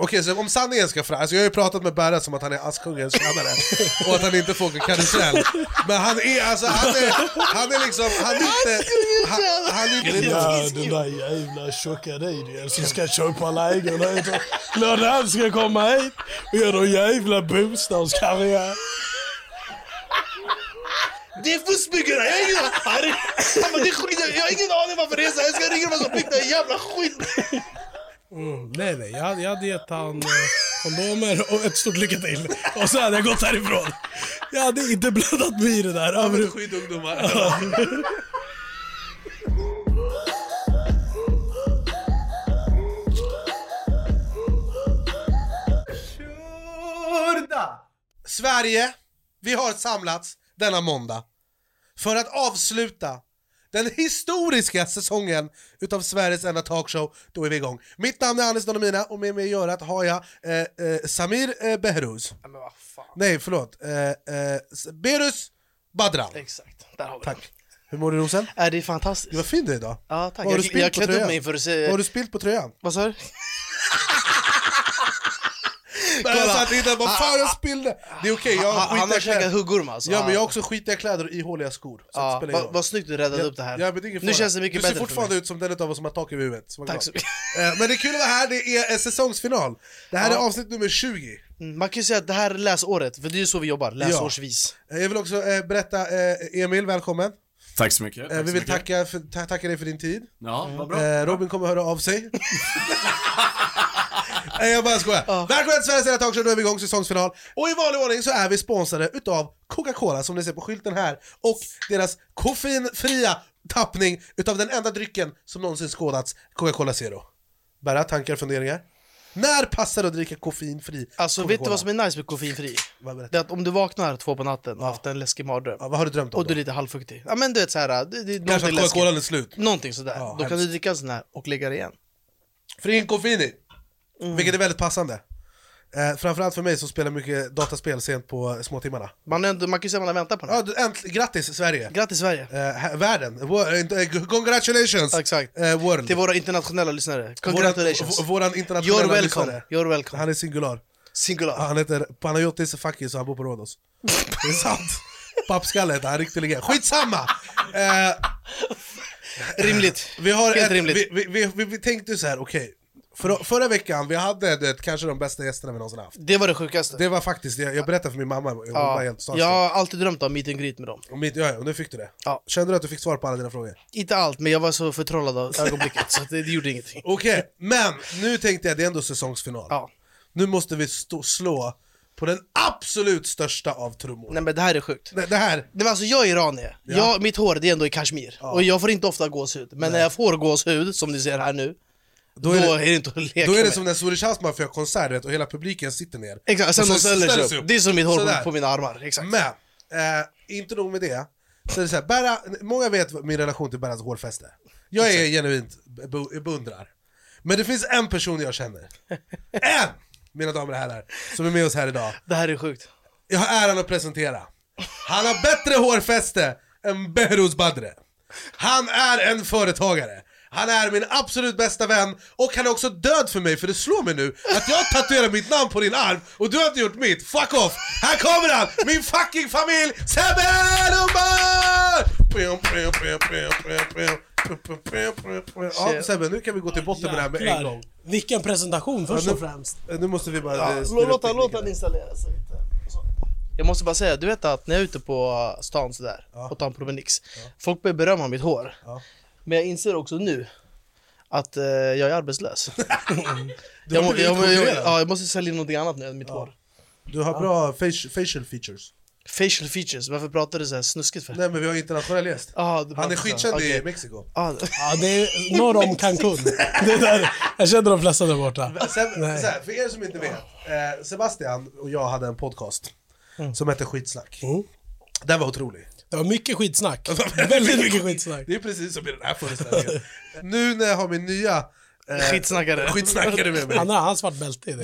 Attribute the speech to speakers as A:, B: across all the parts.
A: Okej, så om sanningen ska fram, alltså jag har ju pratat med Berra som att han är Askungens tjänare och att han inte får åka karusell. Men han är alltså, han är, han är liksom, han är inte... Han, han är
B: Den
A: inte
B: där, den där jävla tjocka didien som ska köpa lägenheter. Låt han ska komma hit och göra en jävla bostadskarriär.
C: Det är fuskbyggare! Jag har ingen aning! Han bara, det är skit. Jag har ingen aning varför det är så här. Jag ska ringa dem som byggt den här jävla skiten!
B: Mm, nej, nej. Jag hade, jag hade gett han eh, kondomer och ett stort lycka till. Och så hade jag gått härifrån. Jag hade inte blandat mig i det där. Över...
A: skitungdomar. Sverige, vi har samlats denna måndag för att avsluta den historiska säsongen utav Sveriges enda talkshow. Då är vi igång. Mitt namn är Anis Donomina och med mig i örat har jag eh, eh, Samir eh, Behruz. Nej, förlåt. Eh, eh, S- Berus Badran.
C: Exakt, där har vi
A: Tack. Hur mår du Rosen?
C: det. Äh, det är
A: Du
C: fantastiskt.
A: var fin du är idag.
C: Ja, tack.
A: Vad har
C: Jag,
A: du spilt
C: jag
A: på
C: klädde upp
A: tröjan?
C: mig för att
A: Vad
C: se...
A: har du spilt på tröjan?
C: Vad sa du?
A: Jag satt inte vad fan
C: Ah,
A: jag spillde! Det är okej, jag har
C: Han han
A: skitiga
C: har käkat
A: kläder.
C: huggorm alltså.
A: Ja men jag har också skitiga kläder och ihåliga skor. Så det
C: Ja,
A: spelar ingen
C: vad,
A: roll.
C: vad snyggt du räddade upp det här.
A: Ja, men det är ingen
C: nu
A: fara.
C: känns det mycket
A: Du
C: bättre
A: ser fortfarande
C: för mig.
A: ut som den av oss som har tak över huvudet. Så var
C: Tack
A: glad.
C: så mycket.
A: Eh, Men det är kul att vara här, det är eh, säsongsfinal. Det här
C: Ja.
A: är avsnitt nummer 20.
C: Mm, Man kan ju säga att det här är läsåret, för det är ju så vi jobbar, läsårsvis.
A: Eh, Jag vill också eh, berätta, eh, Emil välkommen.
D: Tack så mycket.
A: Eh,
D: tack
A: Vi
D: så
A: vill
D: mycket.
A: tacka, för, ta, tacka dig för din tid.
D: Ja, vad bra.
A: Eh, Robin kommer höra av sig. Nej jag bara skojar. Välkomna till Sveriges enda talkshow, nu är vi igång säsongsfinal. Och i vanlig ordning så är vi sponsrade utav Coca-Cola som ni ser på skylten här och deras koffeinfria tappning utav den enda drycken som någonsin skådats, Coca-Cola Zero. Bara tankar och funderingar? När passar det att dricka koffeinfri
C: Alltså vet du vad som är nice med koffeinfri? Det är att om du vaknar två på natten och har haft en läskig mardröm,
A: Ja, vad har du drömt om
C: och du är
A: då?
C: lite halvfuktig. Ja men du vet såhär, det, det är
A: Kanske
C: någonting
A: att
C: läskigt. Mm.
A: Coca-Colan är slut.
C: Någonting sådär.
A: Ja,
C: Då kan
A: hemskt.
C: du dricka en sån här och lägga det igen.
A: För det är en koffein i,
C: Mm.
A: vilket är väldigt passande. Eh, framförallt för mig som spelar mycket dataspel sent på eh, småtimmarna.
C: Man, är ändå, man kan ju säga att man har väntat på den.
A: Ja, du, änt- grattis Sverige!
C: Grattis Sverige!
A: Eh, här- världen, Wo- eh, inte- eh, congratulations!
C: Exakt.
A: Eh, world.
C: Till våra internationella lyssnare, congratulations!
A: Våran, vå- våran internationella
C: You're welcome!
A: lyssnare.
C: You're welcome!
A: Han är singular.
C: Singular!
A: Han heter Panayotis Fakis och han bor på Rhodos. Det är sant. Pappskalle heter han, riktig legend. Skitsamma! Eh,
C: Rimligt!
A: vi, har
C: Helt
A: ett,
C: rimligt.
A: vi, vi, vi, vi, vi tänkte så här, okej. Förra- förra veckan, vi hade du vet, kanske de bästa gästerna vi någonsin haft.
C: Det var det sjukaste.
A: Det var faktiskt det, jag berättade för min mamma, hon var
C: ja.
A: helt
C: Jag
A: starstruck.
C: har alltid drömt om meet and greet med dem.
A: Och mitt- Ja, ja, och nu fick du det.
C: Ja.
A: Kände du att du fick svar på alla dina frågor?
C: Inte allt, men jag var så förtrollad av ögonblicket så att det, det gjorde ingenting.
A: Okej, men nu tänkte jag det är ändå säsongsfinal.
C: Ja.
A: Nu måste vi stå, slå på den absolut största av trummor.
C: Nej men det här är sjukt.
A: Det, det här,
C: Nej, men alltså jag är iranier, jag, mitt hår det är ändå i kashmir. Och jag får inte ofta gåshud. Men när jag får gåshud, som ni ser här nu,
A: då
C: då
A: är det,
C: inte att leka
A: då är det
C: med.
A: som när Swedish House Mafia har konsert vet, och hela publiken sitter ner.
C: Exakt, sen
A: Och sen
C: de ställer sig upp. Det är som mitt hår
A: Sådär.
C: på, på mina armar. Exakt.
A: Men, eh, inte nog med det. Så är det så här, Berra, många vet vad min relation till Berras hårfäste. Jag är genuint be- beundrar. Men det finns en person jag känner. En! Mina damer och herrar, som är med oss här idag.
C: Det här är sjukt.
A: Jag har äran att presentera. Han har bättre hårfäste än Behruz Badre. Han är en företagare. Han är min absolut bästa vän och han är också död för mig för det slår mig nu att jag tatuerar mitt namn på din arm och du har inte gjort mitt. Fuck off! Här kommer han! Min fucking familj! Sebbe Lundberg! Ja, Sebbe, nu kan vi gå till botten med det här med en gång.
B: Vilken presentation först
A: nu-
B: och främst.
A: Nu måste vi bara... eh, styra upp
C: Låt han, låt
A: tekniken.
C: han installera sig lite. Så. Jag måste bara säga, du vet att när jag är ute på stan sådär och tar en promenix, folk börjar berömma mitt hår.
A: Ja.
C: Men jag inser också nu att eh, jag är arbetslös.
A: Du
C: jag,
A: har
C: må,
A: blivit
C: jag, må- jag,
A: konkurrerad.
C: ja, jag måste sälja in någonting annat nu än mitt hår.
A: Du har bra faci- facial features.
C: Facial features, varför pratar du så här snuskigt för?
A: Nej men vi har internationell gäst.
C: Ah,
A: Han
C: du pratar
A: är
C: så.
A: skitkänd i
C: Okej.
A: Mexiko.
C: Ah,
B: Ja, det är norr om Cancun. Det är där. Jag känner de flesta där borta.
A: Sen, så här, för er som inte vet,
B: Mm.
A: eh, Sebastian och jag hade en podcast som hette Skitsnack. Den var otrolig.
B: Det var mycket skitsnack. Väldigt mycket skitsnack.
A: Det är precis som i den här föreställningen. nu när jag har min nya eh,
C: Skitsnackare.
A: skitsnackare med mig.
B: Han har hans svart bälte i det.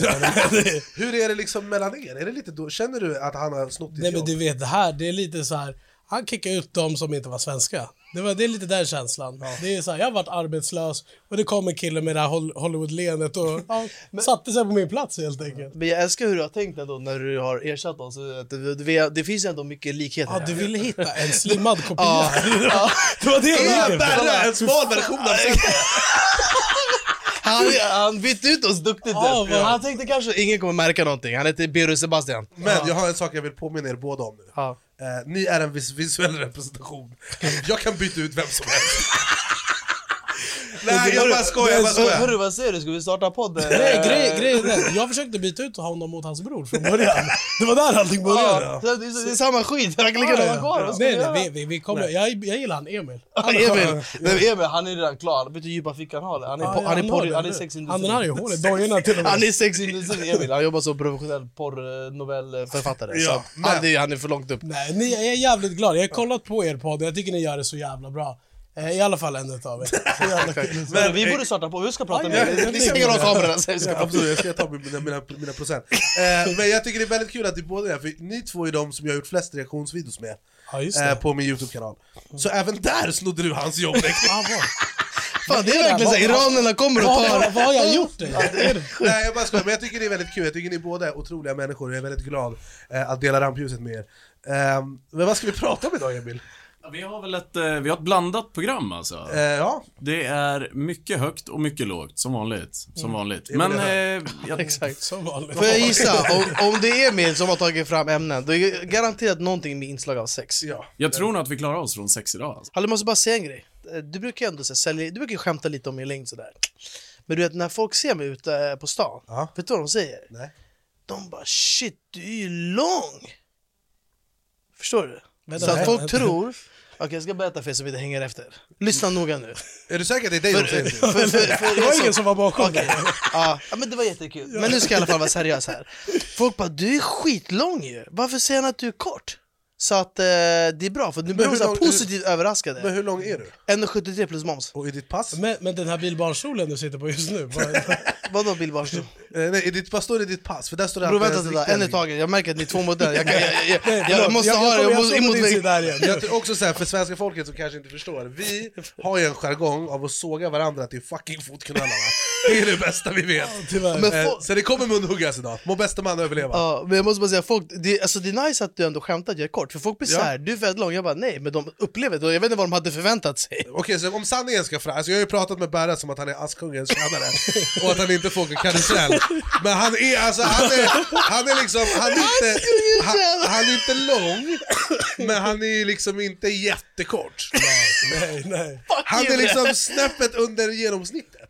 A: Hur är det liksom mellan er? Är det lite då? Känner du att han har snott ditt
B: Nej men
A: jobb?
B: du vet, det här, det är lite så här. Han kickade ut dem som inte var svenska. Det, var, det är lite den känslan. Det är så här, jag har varit arbetslös och det kom en kille med det här Hol- Hollywood-leendet och ja, satte sig på min plats helt enkelt.
C: Men jag älskar hur du har tänkt ändå när du har ersatt oss. Att du, du, det finns ändå mycket likheter.
B: Ja,
C: här.
B: du ville hitta en slimmad kopia.
C: Ja. Ja.
B: Det var det jag
A: Är
B: ville.
A: Berra en smal version av Centern?
C: Han, han bytte ut oss duktigt.
B: Ja, vad-
C: han tänkte kanske ingen kommer märka någonting. Han heter Birro Sebastian.
A: Men jag har en sak jag vill påminna er båda om nu.
C: Ja.
A: Eh, ni är en vis visuell representation. Jag kan byta ut vem som helst. Nej, jag bara skojar, jag bara
C: Hör-
A: skojar.
C: Hörru, vad säger du? Ska vi starta podden?
B: Nej, grej, grej, är den. Jag försökte byta ut honom mot hans bror från början. Det var där allting började.
C: Ja, det är det är samma skit. Han kan lika gärna vara kvar. Vad ska
B: Nej,
C: vi göra?
B: nej, vi, vi, vi kommer, jag, jag gillar han Emil.
C: Han, Emil, nej, Emil, han är redan klar. Vet du hur djupa fickan har? Han är,
B: Ja,
C: po- han är,
B: har
C: porr,
B: det,
C: han är
B: eller?
C: sexindustrin.
B: Han den här i hålet, dojorna till och med.
C: Han är sexindustrin, Emil. Han jobbar som professionell porrnovellförfattare.
A: Ja,
C: så att
A: men-
C: han, är- han är för långt upp.
B: Nej, ni, jag är jävligt glad. Jag har kollat på er podd och jag tycker ni gör det så jävla bra. Eh, I alla fall en utav er. Så jävla kul.
C: Men, vi borde starta på, vi ska prata
B: Ja,
C: med
B: ja, ja,
C: Vi
B: ja,
C: stänger av kamerorna sen. Vi ska
A: Ja, absolut, jag ska ta mina, mina, mina procent. Eh, men jag tycker det är väldigt kul att ni båda är för ni två är de som jag har gjort flest reaktionsvideos med.
B: Ja, just det.
A: Eh, på min YouTube-kanal. Så även där snodde du hans jobb.
B: Ah, vad,
C: Fan, det är verkligen såhär, iranierna kommer och
B: vad,
C: tar...
B: vad, vad har jag gjort dig?
A: Nej jag bara skojar, men jag tycker det är väldigt kul, jag tycker ni båda är otroliga människor och jag är väldigt glad eh, att dela rampljuset med er. Ehm, men vad ska vi prata om idag Emil?
D: Ja, Vi har väl ett, eh, vi har ett blandat program alltså.
A: Eh, ja,
D: Det är mycket högt och mycket lågt, som vanligt.
A: Mm.
D: Som vanligt.
A: är väl
D: Men eh, jag,
C: Exakt.
B: Som vanligt.
C: Får jag gissa? Om, om det är Emil som har tagit fram ämnen, då är det garanterat någonting med inslag av sex.
A: ja.
D: jag tror nog att vi klarar oss från sex idag. Alltså.
C: Hallå, jag måste bara säga en grej. Eh, Du brukar ju ändå så här, sälja, du brukar ju skämta lite om min längd sådär. Men du vet, när folk ser mig ute eh, på stan,
A: Ja.
C: vet du vad de säger?
A: Nej.
C: De bara shit, du är ju lång! Förstår du?
B: Vänta,
C: så att
B: vänta,
C: folk
B: vänta.
C: tror... Okej, jag ska berätta för er som inte hänger efter. Lyssna noga nu.
A: Är du säker att det är dig de säger till?
C: För, för, för,
B: Det var ingen som var bakom
C: Okej.
B: mig.
C: Ja, ja, men det var jättekul. Men nu ska jag i alla fall vara seriös här. Folk bara, du är skitlång ju. Varför säger han att du är kort? Så att eh, det är bra, för nu blir
A: hur
C: de så här
A: lång-
C: positivt
A: Men
C: överraskade.
A: hur lång är du?
C: 1,73 plus moms.
A: Och i ditt pass?
B: Men, men den här bilbarnstolen du sitter på just nu. vad-
C: Vadå Bill Barnström?
A: Eh, nej, i ditt, vad står det i ditt pass? För där står det
C: Bror
A: att det
C: vänta,
A: är
C: vänta,
A: riktiga
C: en i
A: längd.
C: taget. Jag märker att ni är tvåmodell. Jag, kan- jag, jag, jag,
B: förlåt.
C: jag måste ha det.
B: kommer-
C: Jag måste
B: står på
C: emot
B: din
C: mig.
B: sida här igen.
A: Jag tror också så här, för svenska folket som kanske inte förstår, vi har ju en jargong av att såga varandra till fucking fotknölarna. Det är det bästa vi vet.
B: Tyvärr.
C: Men
A: Eh,
C: folk-
A: så det kommer munhuggas idag, må bästa man överleva.
C: Ja, men jag måste bara säga, folk, det, alltså det är nice att du ändå skämtar att jag är kort, för folk blir
A: Ja.
C: såhär, du är väldigt lång, jag bara nej, men de upplever det, och jag vet inte vad de hade förväntat sig.
A: Okej, så om sanningen ska fram, alltså jag har ju pratat med Berra som att han är Askungens tjänare och att han inte får åka karusell. Men han är alltså, han är, han är liksom, han är inte,
C: Askungens
A: han,
C: tjänare.
A: han är inte lång, men han är ju liksom inte jättekort.
B: Nej, nej.
A: Han är liksom snäppet under genomsnittet.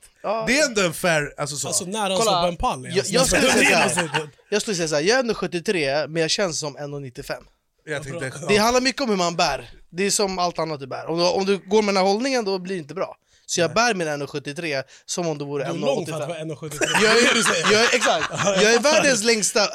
A: Det är ändå en fair, alltså så.
B: Alltså nära han
C: Kolla.
B: står på en pall.
C: Jag, jag, skulle säga så här, jag skulle säga såhär, jag är ändå 73, men jag känns som 1,95.
A: jag tänkte,
C: Det handlar mycket om hur man bär, det är som allt annat du bär. Om du, om du går med den här hållningen, då blir det inte bra. Så jag bär min 1,73 som om det vore
B: Du är lång för att
C: 1,85.
B: vara 1,73.
C: Jag är, jag är, exakt, jag är världens längsta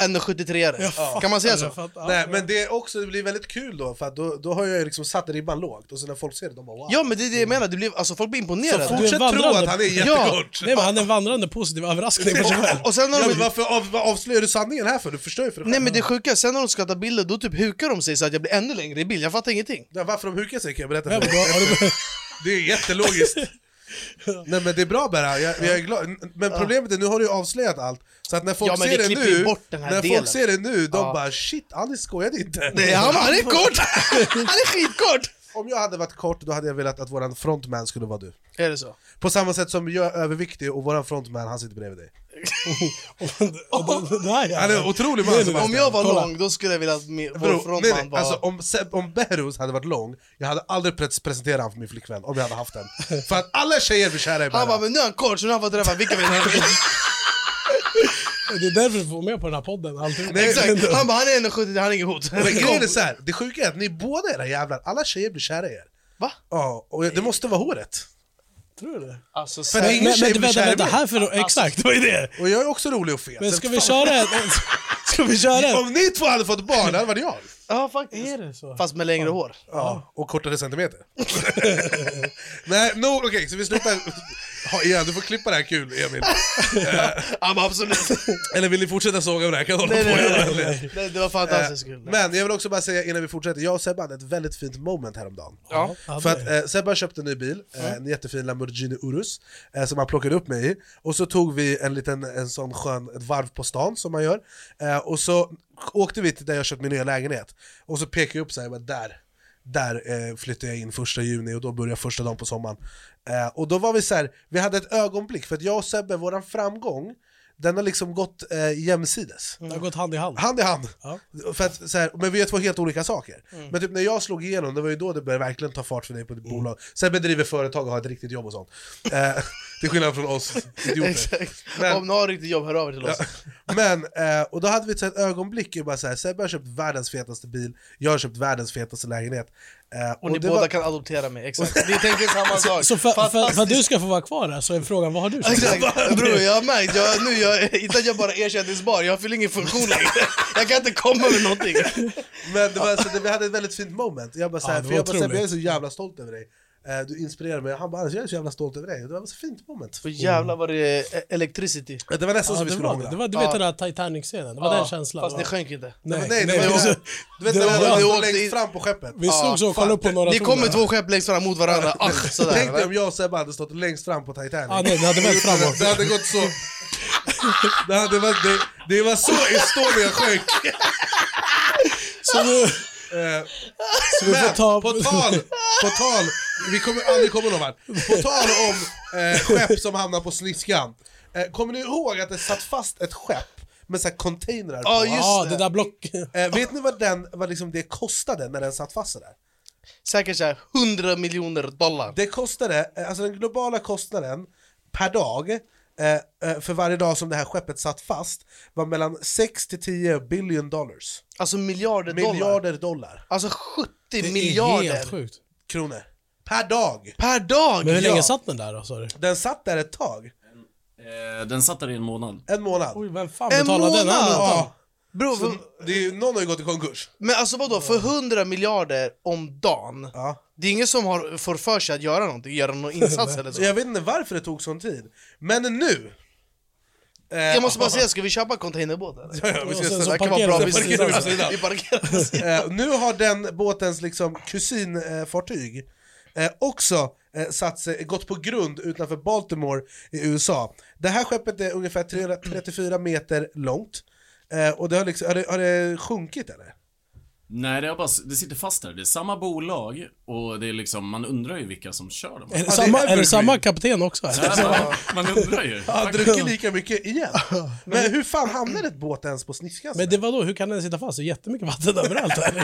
C: 1,73-are. Kan man säga
B: Jag
C: så?
B: fattar.
A: nej, men det är också, det blir väldigt kul då, för att då, då har jag ju liksom satt ribban lågt och så när folk ser det, de bara wow.
C: Ja men det är det jag menar, det blir, alltså, folk blir imponerade.
B: Du är
A: Fortsätt tro
B: vandrande-
A: att han är
C: Ja,
A: jättekort.
B: Nej men han är en vandrande positiv överraskning för sig själv.
C: Och sen när
A: Ja,
C: de,
A: men varför av, vad avslöjar du sanningen här för? Du förstör ju för dig
C: nej
A: själv.
C: men det sjuka, sen när de ska ta bilder då typ hukar de sig så att jag blir ännu längre i bild, jag fattar ingenting.
A: Ja, Varför de hukar sig kan jag berätta
B: Nej,
A: för
B: men
A: dig.
B: då har du-
A: Det är jättelogiskt. Nej men det är bra Berra, jag, jag är glad. Men problemet är nu har du ju avslöjat allt. Så att när folk
C: Ja, men
A: ser
C: vi
A: det
C: klipper ju
A: nu,
C: bort den här
A: när
C: delen.
A: folk ser det nu, de
C: Ja.
A: bara shit, Anis skojade inte.
C: Nej, han, han är kort! Han är skitkort!
A: Om jag hade varit kort, då hade jag velat att våran frontman skulle vara du.
C: Är det så?
A: På samma sätt som jag är överviktig och våran frontman, han sitter bredvid dig.
B: och då- den här
A: Han är
B: jäveln.
A: otrolig man
C: Om
A: Sebastian.
C: jag var
B: Kolla.
C: lång då skulle jag vilja att min, vår
A: Bro, nej, nej.
C: frontman var...
A: Alltså, om, Seb- om Behrouz hade varit lång, jag hade aldrig pres- presenterat honom för min flickvän om jag hade haft den. För att alla tjejer blir kära i
C: han bara,
A: Berra.
C: men nu är han kort så nu har han fått träffa vilka vi vill.
B: Det är därför du får med på den här podden. alltid.
A: Nej,
C: Exakt. Han bara, han är 1,70, han är inget hot.
A: Men
B: Alltså,
A: grejen är så här, det sjuka är att ni båda era jävlar, alla tjejer blir kära i er.
C: Va?
A: Ja, och det måste vara håret.
B: Tror du det?
C: Alltså,
A: För det är
B: Men,
A: ingen tjej
B: men
A: blir
B: vänta,
A: kär i
B: vänta,
A: mig.
B: här för då, exakt, det var ju det.
A: Och jag är också rolig och fet.
B: Men ska
A: Så
B: vi
A: fan,
B: köra en? Ska vi köra en?
A: Om ni två hade fått barn, det hade varit jag.
C: Ja, faktiskt.
B: Är det så?
C: Fast med längre hår.
A: Ja, och kortare centimeter. Nej, no, okej, så vi slutar. Ja, igen, du får klippa det här kul, Emil.
C: Ja, absolut.
A: Eller vill ni fortsätta såga om det här? Kan jag hålla
C: nej,
A: på
C: nej,
A: hela
C: nej,
A: helgen.
C: nej. Det, det var fantastiskt kul.
A: eh, Men jag vill också bara säga innan vi fortsätter, jag och Sebbe hade ett väldigt fint moment häromdagen.
C: Ja. Mm.
A: För att eh, Sebbe har köpt en ny bil, eh, en jättefin Lamborghini Urus, eh, som han plockade upp mig i. Och så tog vi en liten en sån skön ett varv på stan som man gör. Eh, och så åkte vi till där jag köpt min nya lägenhet. Och så pekade jag upp så här, jag bara, där. Där eh, flyttar jag in första juni och då börjar första dagen på sommaren. Eh, och då var vi så här, vi hade ett ögonblick, för att jag och Sebbe, våran framgång, den har liksom gått eh, jämsides.
B: Det har gått hand i hand.
A: Hand i hand.
B: Ja.
A: För att, så här, men vi gör två helt olika saker. Men typ när jag slog igenom, det var ju då det började verkligen ta fart för dig på
B: Mm.
A: ditt bolag. Sen bedriver företag och har ett riktigt jobb och sånt. Eh, till skillnad från oss idioter.
C: Exakt.
A: Men-
C: Om ni har riktigt jobb, hör av er till oss.
A: Men, eh, och då hade vi ett sånt ögonblick, ju bara så här, Sebbe har köpt världens fetaste bil, jag har köpt världens fetaste lägenhet. Eh,
C: Och ni
A: det
C: båda
A: var-
C: kan adoptera mig, exakt. Vi tänker samma sak.
B: Så för, för, för att
C: Fantastiskt.
B: du ska få vara kvar där så är frågan, vad har du köpt?
C: Exakt. Bror, jag har märkt, jag, nu, jag, inte att jag bara är ersättningsbar, jag fyller ingen funktion längre. Jag kan inte komma med någonting.
A: Men det var, så det, vi hade ett väldigt fint moment. Jag bara, så här,
B: Ja, det
A: för
B: var
A: jag, bara, så här,
B: otroligt.
A: jag är så jävla stolt över dig. Eh, du inspirerar mig, han bara "Anders, jag är så jävla stolt över dig. Det var ett så fint moment.
C: För jävlar vad det är e- electricity.
A: Det var nästan som
B: Ja,
A: vi
B: det
A: skulle
B: var,
A: hångla.
B: det. Det var, du
C: Ja.
B: vet den där Titanic-scenen, det var den känslan.
C: Fast
B: va?
C: ni sjönk inte.
B: Nej,
A: Nej, det
B: nej,
A: var,
B: alltså,
A: du vet
B: det
A: när
B: var-
A: man
C: var-
A: låg längst fram på skeppet?
B: vi såg så och kollade upp på några
C: Ni
B: torn
C: kommer
B: där.
C: två skepp längst fram mot varandra, ah, sådär.
A: Tänk dig
C: va?
A: om jag och Sebbe hade stått längst fram på Titanic.
B: Ah, nej, det hade vänt framåt.
A: Det hade gått så. Det, hade varit, det, det var så Estonia sjönk.
B: Så nu,
A: Eh,
B: så vi får
A: Men
B: ta...
A: på tal, på tal, vi kommer aldrig komma någon vart. På tal om eh, skepp som hamnar på sniskan. Eh, kommer ni ihåg att det satt fast ett skepp med så här containrar på?
C: Ja, just
B: Ja,
C: det.
B: det där block...
A: Eh, vet ni vad, den, vad liksom det kostade när den satt fast sådär?
C: Säkert såhär 100 miljoner dollar.
A: Det kostade, eh, alltså den globala kostnaden per dag eh, eh, för varje dag som det här skeppet satt fast var mellan 6 till 10 billion dollars.
C: Alltså miljarder dollar.
A: Miljarder dollar.
C: Alltså 70
B: Det är
C: miljarder
B: helt sjukt.
A: Kronor. Per dag!
C: per dag!
B: Men hur
C: ja.
B: länge satt den där då, sa du?
A: Den satt där ett tag.
D: Eh, den satt där i en månad.
A: En månad.
B: Oj, vem fan
C: En
B: betalade den här
C: månad?
B: notan?
A: ja. Bro, Så det är, ju- någon har ju gått i konkurs.
C: Men alltså vadå, för 100 miljarder om dagen?
A: Ja.
C: Det är ingen som har, får för sig att göra någonting, göra någon insats eller
A: Så
C: så.
A: jag vet inte varför det tog sån tid. Men nu! Eh,
C: Jag måste bara säga, ska vi köpa en containerbåt eller?
A: Ja, vi ska
B: Och sen
A: sätta-
B: så
C: Det kan vara bra
B: parkerar vi
A: på
C: business.
A: sidan.
C: Vi parkerar på sidan.
A: Eh, nu har den båtens liksom kusinfartyg eh, också eh, satt sig, gått på grund utanför Baltimore i USA. Det här skeppet är ungefär 334 meter långt. Eh, och det har, liksom, har, det, har det sjunkit eller?
D: Nej, det, har bara, det sitter fast där. Det är samma bolag och det är liksom, man undrar ju vilka som kör dem.
B: Är det,
A: det är
B: samma, är det
A: evergreen.
B: samma kapten också? eller?
D: Ja, man, man undrar ju.
A: Har druckit lika mycket igen? Men hur fan hamnade ett båt ens på sniskan?
B: Men det var då, hur kan den sitta fast? Det är jättemycket vatten överallt här.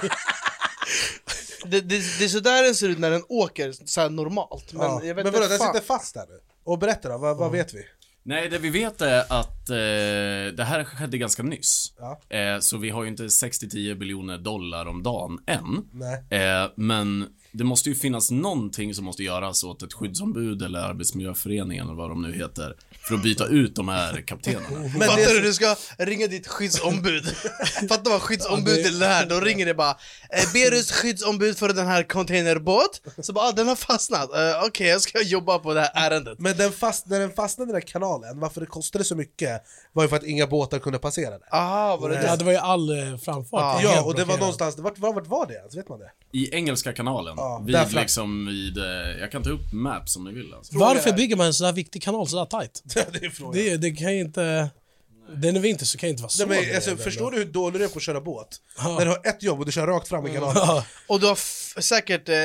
C: Det, det, det är sådär den ser ut när den åker, såhär normalt. Men
A: ja.
C: jag
A: men
C: vet
A: vadå,
C: inte
A: den
C: fan.
A: sitter fast där nu? Och berätta då, vad, vad vet vi?
D: Nej, det vi vet är att eh, det här skedde ganska nyss. Eh, så vi har ju inte 60-10 biljoner dollar om dagen än.
A: Nej.
D: Eh, men det måste ju finnas någonting som måste göras åt ett skyddsombud eller Arbetsmiljöföreningen eller vad de nu heter. För att byta ut de här kaptenerna.
A: Men
C: Fattar
A: det,
C: du? Du ska ringa ditt skyddsombud. Fattar vad skyddsombud är det här? Då ringer det bara eh, Berus skyddsombud för den här containerbåt. Så bara, ah, den har fastnat. Eh, Okej, jag ska jobba på det här ärendet.
A: men den fast, när den fastnade i den här kanalen, varför det kostade så mycket var ju för att inga båtar kunde passera där.
C: Aha, var Ah, det
B: Ja,
C: det?
B: det var ju all eh, framfart.
C: Ja,
B: helt
A: Ja, och det var
B: blockerad.
A: någonstans, vart, vart, vart var det ens? Vet man det?
D: I Engelska kanalen.
A: Ja, där
D: vid
A: flack-
D: liksom vid, eh, jag kan ta upp Maps om ni vill alltså.
B: Varför bygger man en sån här viktig kanal sådär tajt?
A: det är frågan.
B: Det, är- det kan ju inte... Den är väl inte så kan ju inte vara så.
A: Nej, men,
B: bred,
A: alltså,
B: eller?
A: förstår du hur dålig du är på att köra båt? När du har ett jobb och du kör rakt fram i
B: Mm.
A: kanalen.
C: Och du har f- säkert eh,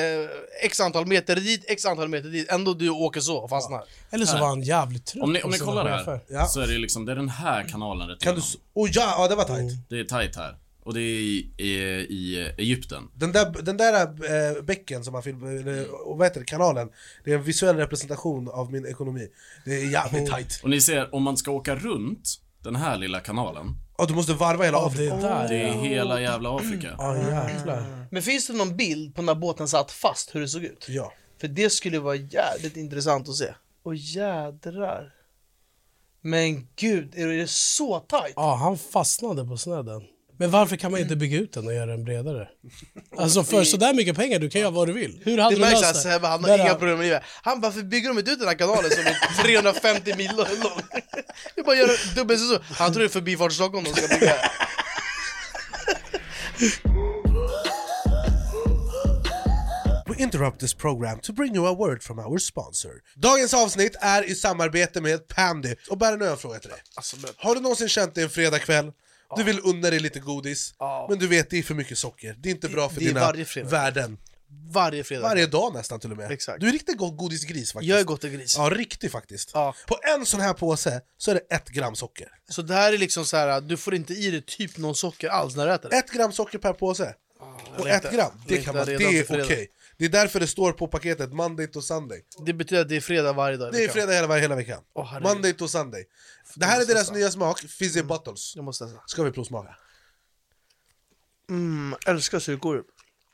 C: x antal meter dit, x antal meter dit. Ändå du åker så och fastnar.
B: Eller så var han jävligt trött.
D: Om ni,
B: på
D: om ni
B: sina
D: kollar det
B: chefer.
D: här,
A: Ja.
D: så är det liksom, det är den här kanalen rätt
A: Kan du...
D: igenom.
A: s- Oh ja, ja, det var tajt.
B: Mm.
D: Det är tight här. Och det är i, i, i Egypten.
A: Den där, den där äh, bäcken som man filmar, eller och vad heter det, kanalen, det är en visuell representation av min ekonomi. Det är
B: Mm.
A: jävligt tajt.
D: Och ni ser, om man ska åka runt den här lilla kanalen.
A: Ja, du måste varva hela
B: Ja, det
A: Afrika.
B: är där.
D: Det är hela jävla Afrika.
B: Ja, jäklar.
C: Men finns det någon bild på när båten satt fast, hur det såg ut?
A: Ja.
C: För det skulle vara jävligt intressant att se. Och jädrar. Men gud, är det så tajt?
B: Ja, han fastnade på snedden. Men varför kan man inte bygga ut den och göra den bredare? Alltså för sådär mycket pengar, du kan göra vad du vill. Hur hade
C: Det
B: du
C: märks att
B: löst det?
C: Sebbe, han
B: Där
C: har inga
B: han-
C: problem med livet. Han bara, varför bygger de inte ut den här kanalen som är 350 mil lång? Det är bara att göra dubbelt så stor. Han tror det är Förbifart Stockholm de ska bygga.
A: We interrupt this program to bring you a word from our sponsor. Dagens avsnitt är i samarbete med Pandy. Och Berra, nu har jag en fråga till dig.
C: Alltså,
A: Har du någonsin känt dig en fredagkväll? Du vill unna dig lite godis, men du vet det är för mycket socker. Det är inte bra för
C: det är
A: dina
C: varje fredag.
A: värden.
C: Varje fredag.
A: Varje dag nästan till och med.
C: Exakt.
A: Du är riktigt god godisgris faktiskt.
C: Jag är gott och gris.
A: Ja, riktigt faktiskt.
C: Ja.
A: På en sån här påse så är det ett gram socker.
C: Så det här är liksom så här, du får inte i dig typ någon socker alls när du äter det.
A: Ett gram socker per påse. Och
C: längtar-
A: ett gram, det,
C: längtar
A: kan man, det är
C: redan
A: okej.
C: till fredag.
A: Det är därför det står på paketet Monday to Sunday.
C: Det betyder att det är fredag varje dag i
A: Det är
C: veckan.
A: fredag hela, hela veckan.
C: Åh, herregud.
A: Monday to Sunday. Det här är deras nya smak,
C: Mm.
A: Fizzy Bottles.
C: Jag måste testa.
A: Ska vi provsmaka?
C: Mm, älskar surkål.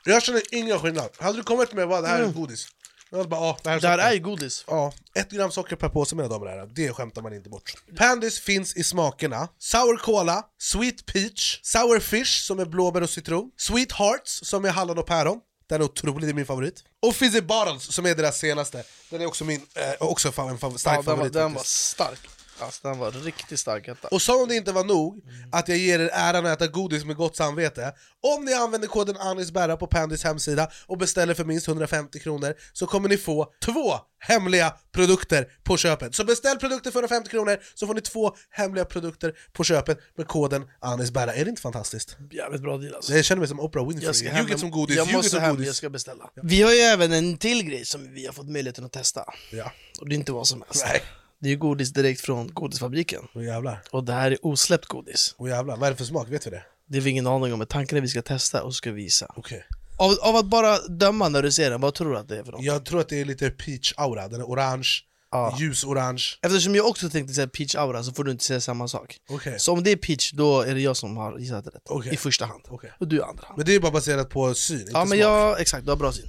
A: Jag känner ingen skillnad. Hade du kommit med vad det här är godis? Jag hade bara, ah, det här är,
C: Mm. Det här
A: socker."
C: är ju godis.
A: Ja, ett gram socker per påse mina damer och herrar, det skämtar man inte bort. Pandys finns i smakerna Sour Cola, Sweet Peach, Sour Fish som är blåbär och citron, Sweet Hearts som är hallon och päron, den är otrolig, det är min favorit. Och Fizzy Bottles som är deras senaste, den är också min, eh, också fa- en fa- stark
C: Ja, den, var,
A: favorit
C: den var
A: faktiskt.
C: stark. Alltså den var riktigt stark. hetta.
A: Och som om det inte var nog
C: Mm.
A: att jag ger er äran att äta godis med gott samvete Om ni använder koden ANISBERRA på Pandys hemsida och beställer för minst 150 kronor så kommer ni få två hemliga produkter på köpet Så beställ produkter för 150 kronor så får ni två hemliga produkter på köpet med koden ANISBERRA Är det inte fantastiskt?
C: Jävligt bra deal alltså.
A: Jag känner mig som Oprah Winfrey,
C: Jag ska hem.
A: ljuget som godis,
C: jag
A: ljuget
C: måste
A: som
C: hem,
A: godis
C: jag ska beställa. Vi har ju även en till grej som vi har fått möjligheten att testa.
A: Ja,
C: Och det är inte vad som helst.
A: Nej.
C: Det är ju godis direkt från godisfabriken.
A: åh jävlar,
C: Och det här är osläppt godis.
A: åh jävlar, vad är det för smak? Vet vi det?
C: Det har vi ingen aning om, men tanken är att vi ska testa och ska visa.
A: Okej
C: Av, av att bara döma när du ser den, vad tror du att det är för något?
A: Jag tror att det är lite peach-aura, den är orange,
C: Ja.
A: ljusorange
C: Eftersom jag också tänkte säga peach aura så får du inte säga samma sak.
A: Okej.
C: Så om det är peach, då är det jag som har gissat rätt.
A: Okej.
C: I första hand.
A: Okej.
C: Och du i andra hand.
A: Men det är bara baserat på syn, inte
C: Ja men
A: smak.
C: jag, exakt, du har bra syn.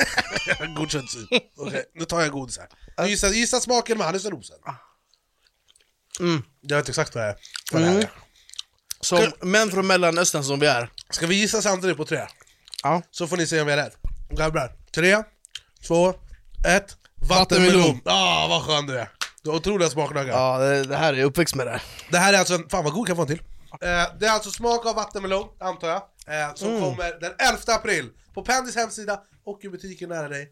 A: Godkänd syn. Okej, nu tar jag godis
C: Äh.
A: här. Gissa, gissa smaken med Hannesrosen.
C: Ah. Mm.
A: Jag vet exakt vad det är. Vad det här
C: Mm.
A: är.
C: Som män från mellanöstern som vi är.
A: Ska vi gissa samtidigt på tre?
C: Ja.
A: Så får ni se om jag är rätt. Grabbar, tre, två, ett.
C: Vattenmelon.
A: Vattenmelon! Ah, vad skön du är! Du har otroliga smaknaggar.
C: Ja, det, det här är jag uppväxt med det här.
A: Det här är alltså en... Fan vad god kan jag få en till. Eh, det är alltså smak av vattenmelon, antar jag. Eh, som kommer den 11 april. På Pandys hemsida och i butiken nära dig.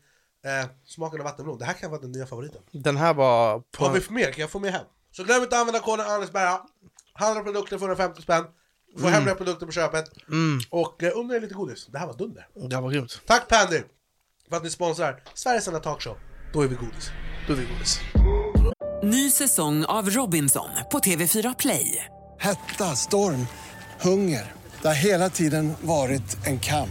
A: Eh, smaken av vattenmelon. Det här kan vara den nya favoriten.
C: Den här var på...
A: Har vi för mer? Kan jag få med hem? Så glöm inte att använda koden ANDERSBERGA. Handla produkter för 150 spänn. Få hemliga produkter på köpet. Och eh, undra er lite godis. Det här var dunder.
C: Det här var grymt.
A: Tack Pandy för att ni sponsrar Sveriges enda talkshow. Då är vi godis.
C: Då är vi godis.
E: Ny säsong av Robinson på TV4 Play.
F: Hetta, storm, hunger. Det har hela tiden varit en kamp.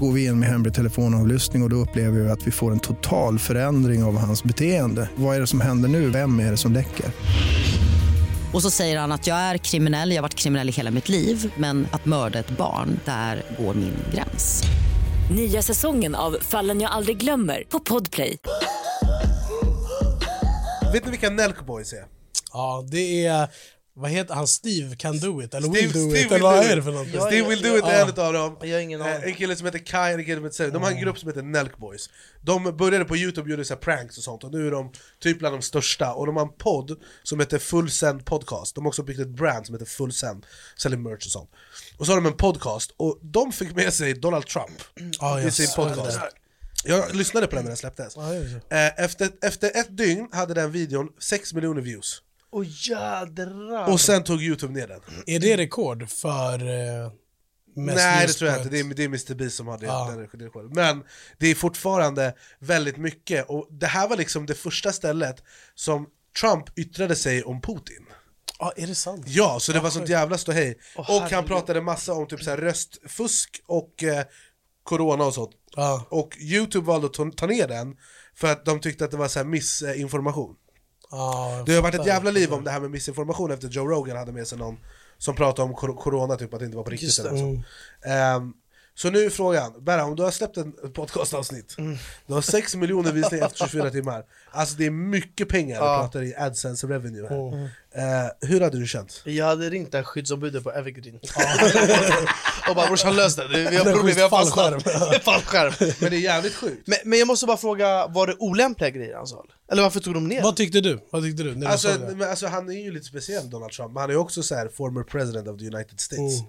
G: går vi in med hemlig telefonavlyssning och, och då upplever vi att vi får en total förändring av hans beteende. Vad är det som händer nu? Vem är det som läcker?
H: Och så säger han att jag är kriminell, jag har varit kriminell i hela mitt liv men att mörda ett barn, där går min gräns.
I: Nya säsongen av Fallen jag aldrig glömmer på Podplay.
A: Vet ni vilka Nelk Boys är?
B: Ja, det är, vad heter han, Steve Can Do It? Eller Will
A: Steve,
B: Do
A: Steve
B: It?
A: Will
B: Eller vad
A: Do
B: är det
A: It.
B: för något?
A: Steve Will Do It är en utav dem.
C: Jag har ingen
A: Eh,
C: aning.
A: En kille som heter Kai och en kille som heter Sev. De har
B: Mm.
A: en grupp som heter Nelk Boys. De började på Youtube och gjorde så här pranks och sånt och nu är de typ bland de största. Och de har en podd som heter Full Send Podcast. De har också byggt ett brand som heter Full Send, säljer merch och sånt. Och så har de en podcast och de fick med sig Donald Trump
B: Ja,
A: i
B: jag
A: sin
B: såg
A: podcast.
B: det.
A: Jag lyssnade på den när den släpptes.
B: Ja, det är
A: Eh, Efter, efter ett dygn hade den videon 6 miljoner views.
C: Åh jädrar!
A: Och sen tog Youtube ner den.
B: Är det rekord för eh,
A: Nej
B: mest
A: det
B: views
A: tror jag
B: på
A: inte, det
B: ett-
A: är, det är Mr Beast som har det,
B: Ja.
A: den redaktionen. Men det är fortfarande väldigt mycket, och det här var liksom det första stället som Trump yttrade sig om Putin.
B: Ja, är det sant?
A: Ja, så det var sånt jävla ståhej. och han
C: herregud.
A: pratade massa om typ så här röstfusk och eh, corona och sånt.
B: Ja.
A: Och Youtube valde att ta- ta ner den För att de tyckte att det var så här missinformation.
B: Ja, jag
A: Det har varit ett
B: fattar.
A: jävla liv om det här med missinformation efter Joe Rogan hade med sig någon som pratade om kor- corona, typ att det inte var på riktigt.
C: Just
A: Eller så. Ehm, så nu är frågan, Berra om du har släppt en ett podcastavsnitt, du har 6 miljoner visningar efter 24 timmar, alltså det är mycket pengar vi
C: Ja.
A: pratar i AdSense revenue här. Ehm, hur hade du känt?
C: Jag hade ringt det här skyddsombudet på Evergreen. och bara brorsan lös det, vi har
B: Det är
C: problem, vi har
B: fallskärm.
C: fastnat. Fallskärm.
A: Men det är jävligt sjukt.
C: Men, men jag måste bara fråga, var det olämpliga grejer han sa? Eller varför tog de ner
B: Vad tyckte du? Vad tyckte du när
A: Alltså,
B: du såg det?
A: men, alltså han är ju lite speciell Donald Trump, men han är ju också så här former president of the United States.
B: Mm.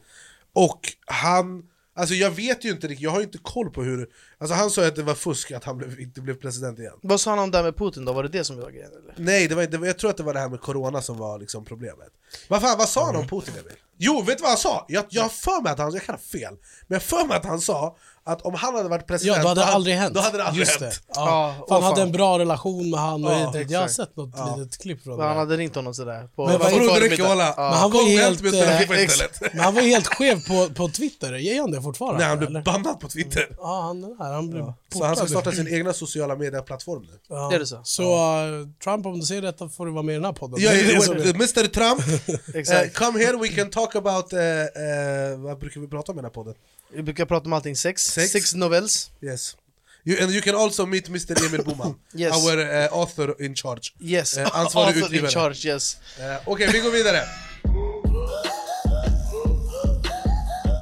A: Och han, alltså jag vet ju inte riktigt, jag har ju inte koll på hur, alltså han sa ju att det var fusk att han blev, inte blev president igen.
C: Vad sa han om det här med Putin då? Var det det som var grejen eller?
A: Nej, det var, det var, jag tror att det var det här med corona som var liksom problemet. Vad fan, vad sa han
B: Mm.
A: om Putin Emil? Jo, vet du vad han sa? Jag, jag har för mig att han, jag kan ha fel, men jag har för mig att han sa att om han hade varit president
B: Ja, då hade det
A: han-
B: aldrig hänt.
A: Då hade det aldrig
B: Just
A: hänt.
B: Det. Ja.
C: Ja,
B: För han
C: åh,
B: hade
C: fan.
B: en bra relation med han och
A: Ja,
B: hit och dit. Jag har
A: exakt.
B: sett något litet klipp från det
C: Han
B: där.
C: hade ringt honom sådär. På,
B: Men vad-
C: på
B: Bror,
A: det räcker,
C: förmiddagen.
A: Ola.
C: Ja.
B: Men han var
A: Kom
B: ju
A: och
B: helt,
A: hjälp mig att ställa
B: eh,
A: mig på internet.
B: men han var ju helt skev på, på Twitter. Ger han det fortfarande?
A: Nej, han blev
B: eller? Mm.
A: bannad på Twitter.
B: Ja, han, är där, han blev
A: Så han ska
B: portad.
A: starta sin egna sociala medieplattform nu.
B: Ja.
C: Är det så?
B: Så eh, Trump, om du ser detta får du vara med i den här podden.
A: Ja,
B: Det är det
A: ja,
B: som är-
A: ja, Mr Trump, eh,
C: Exakt.
A: come here we can talk about, eh, eh, vad brukar vi prata om i den här podden?
C: Vi brukar prata om allting sex.
A: Sex.
C: Sex, novels.
A: Yes. You, and you can also meet Mr Emil Boman,
C: Yes.
A: our eh, author in charge.
C: Yes.
A: Eh, ansvarig
C: Arthur
A: utgivare.
C: in charge, yes.
A: Eh, Okej, vi går vidare.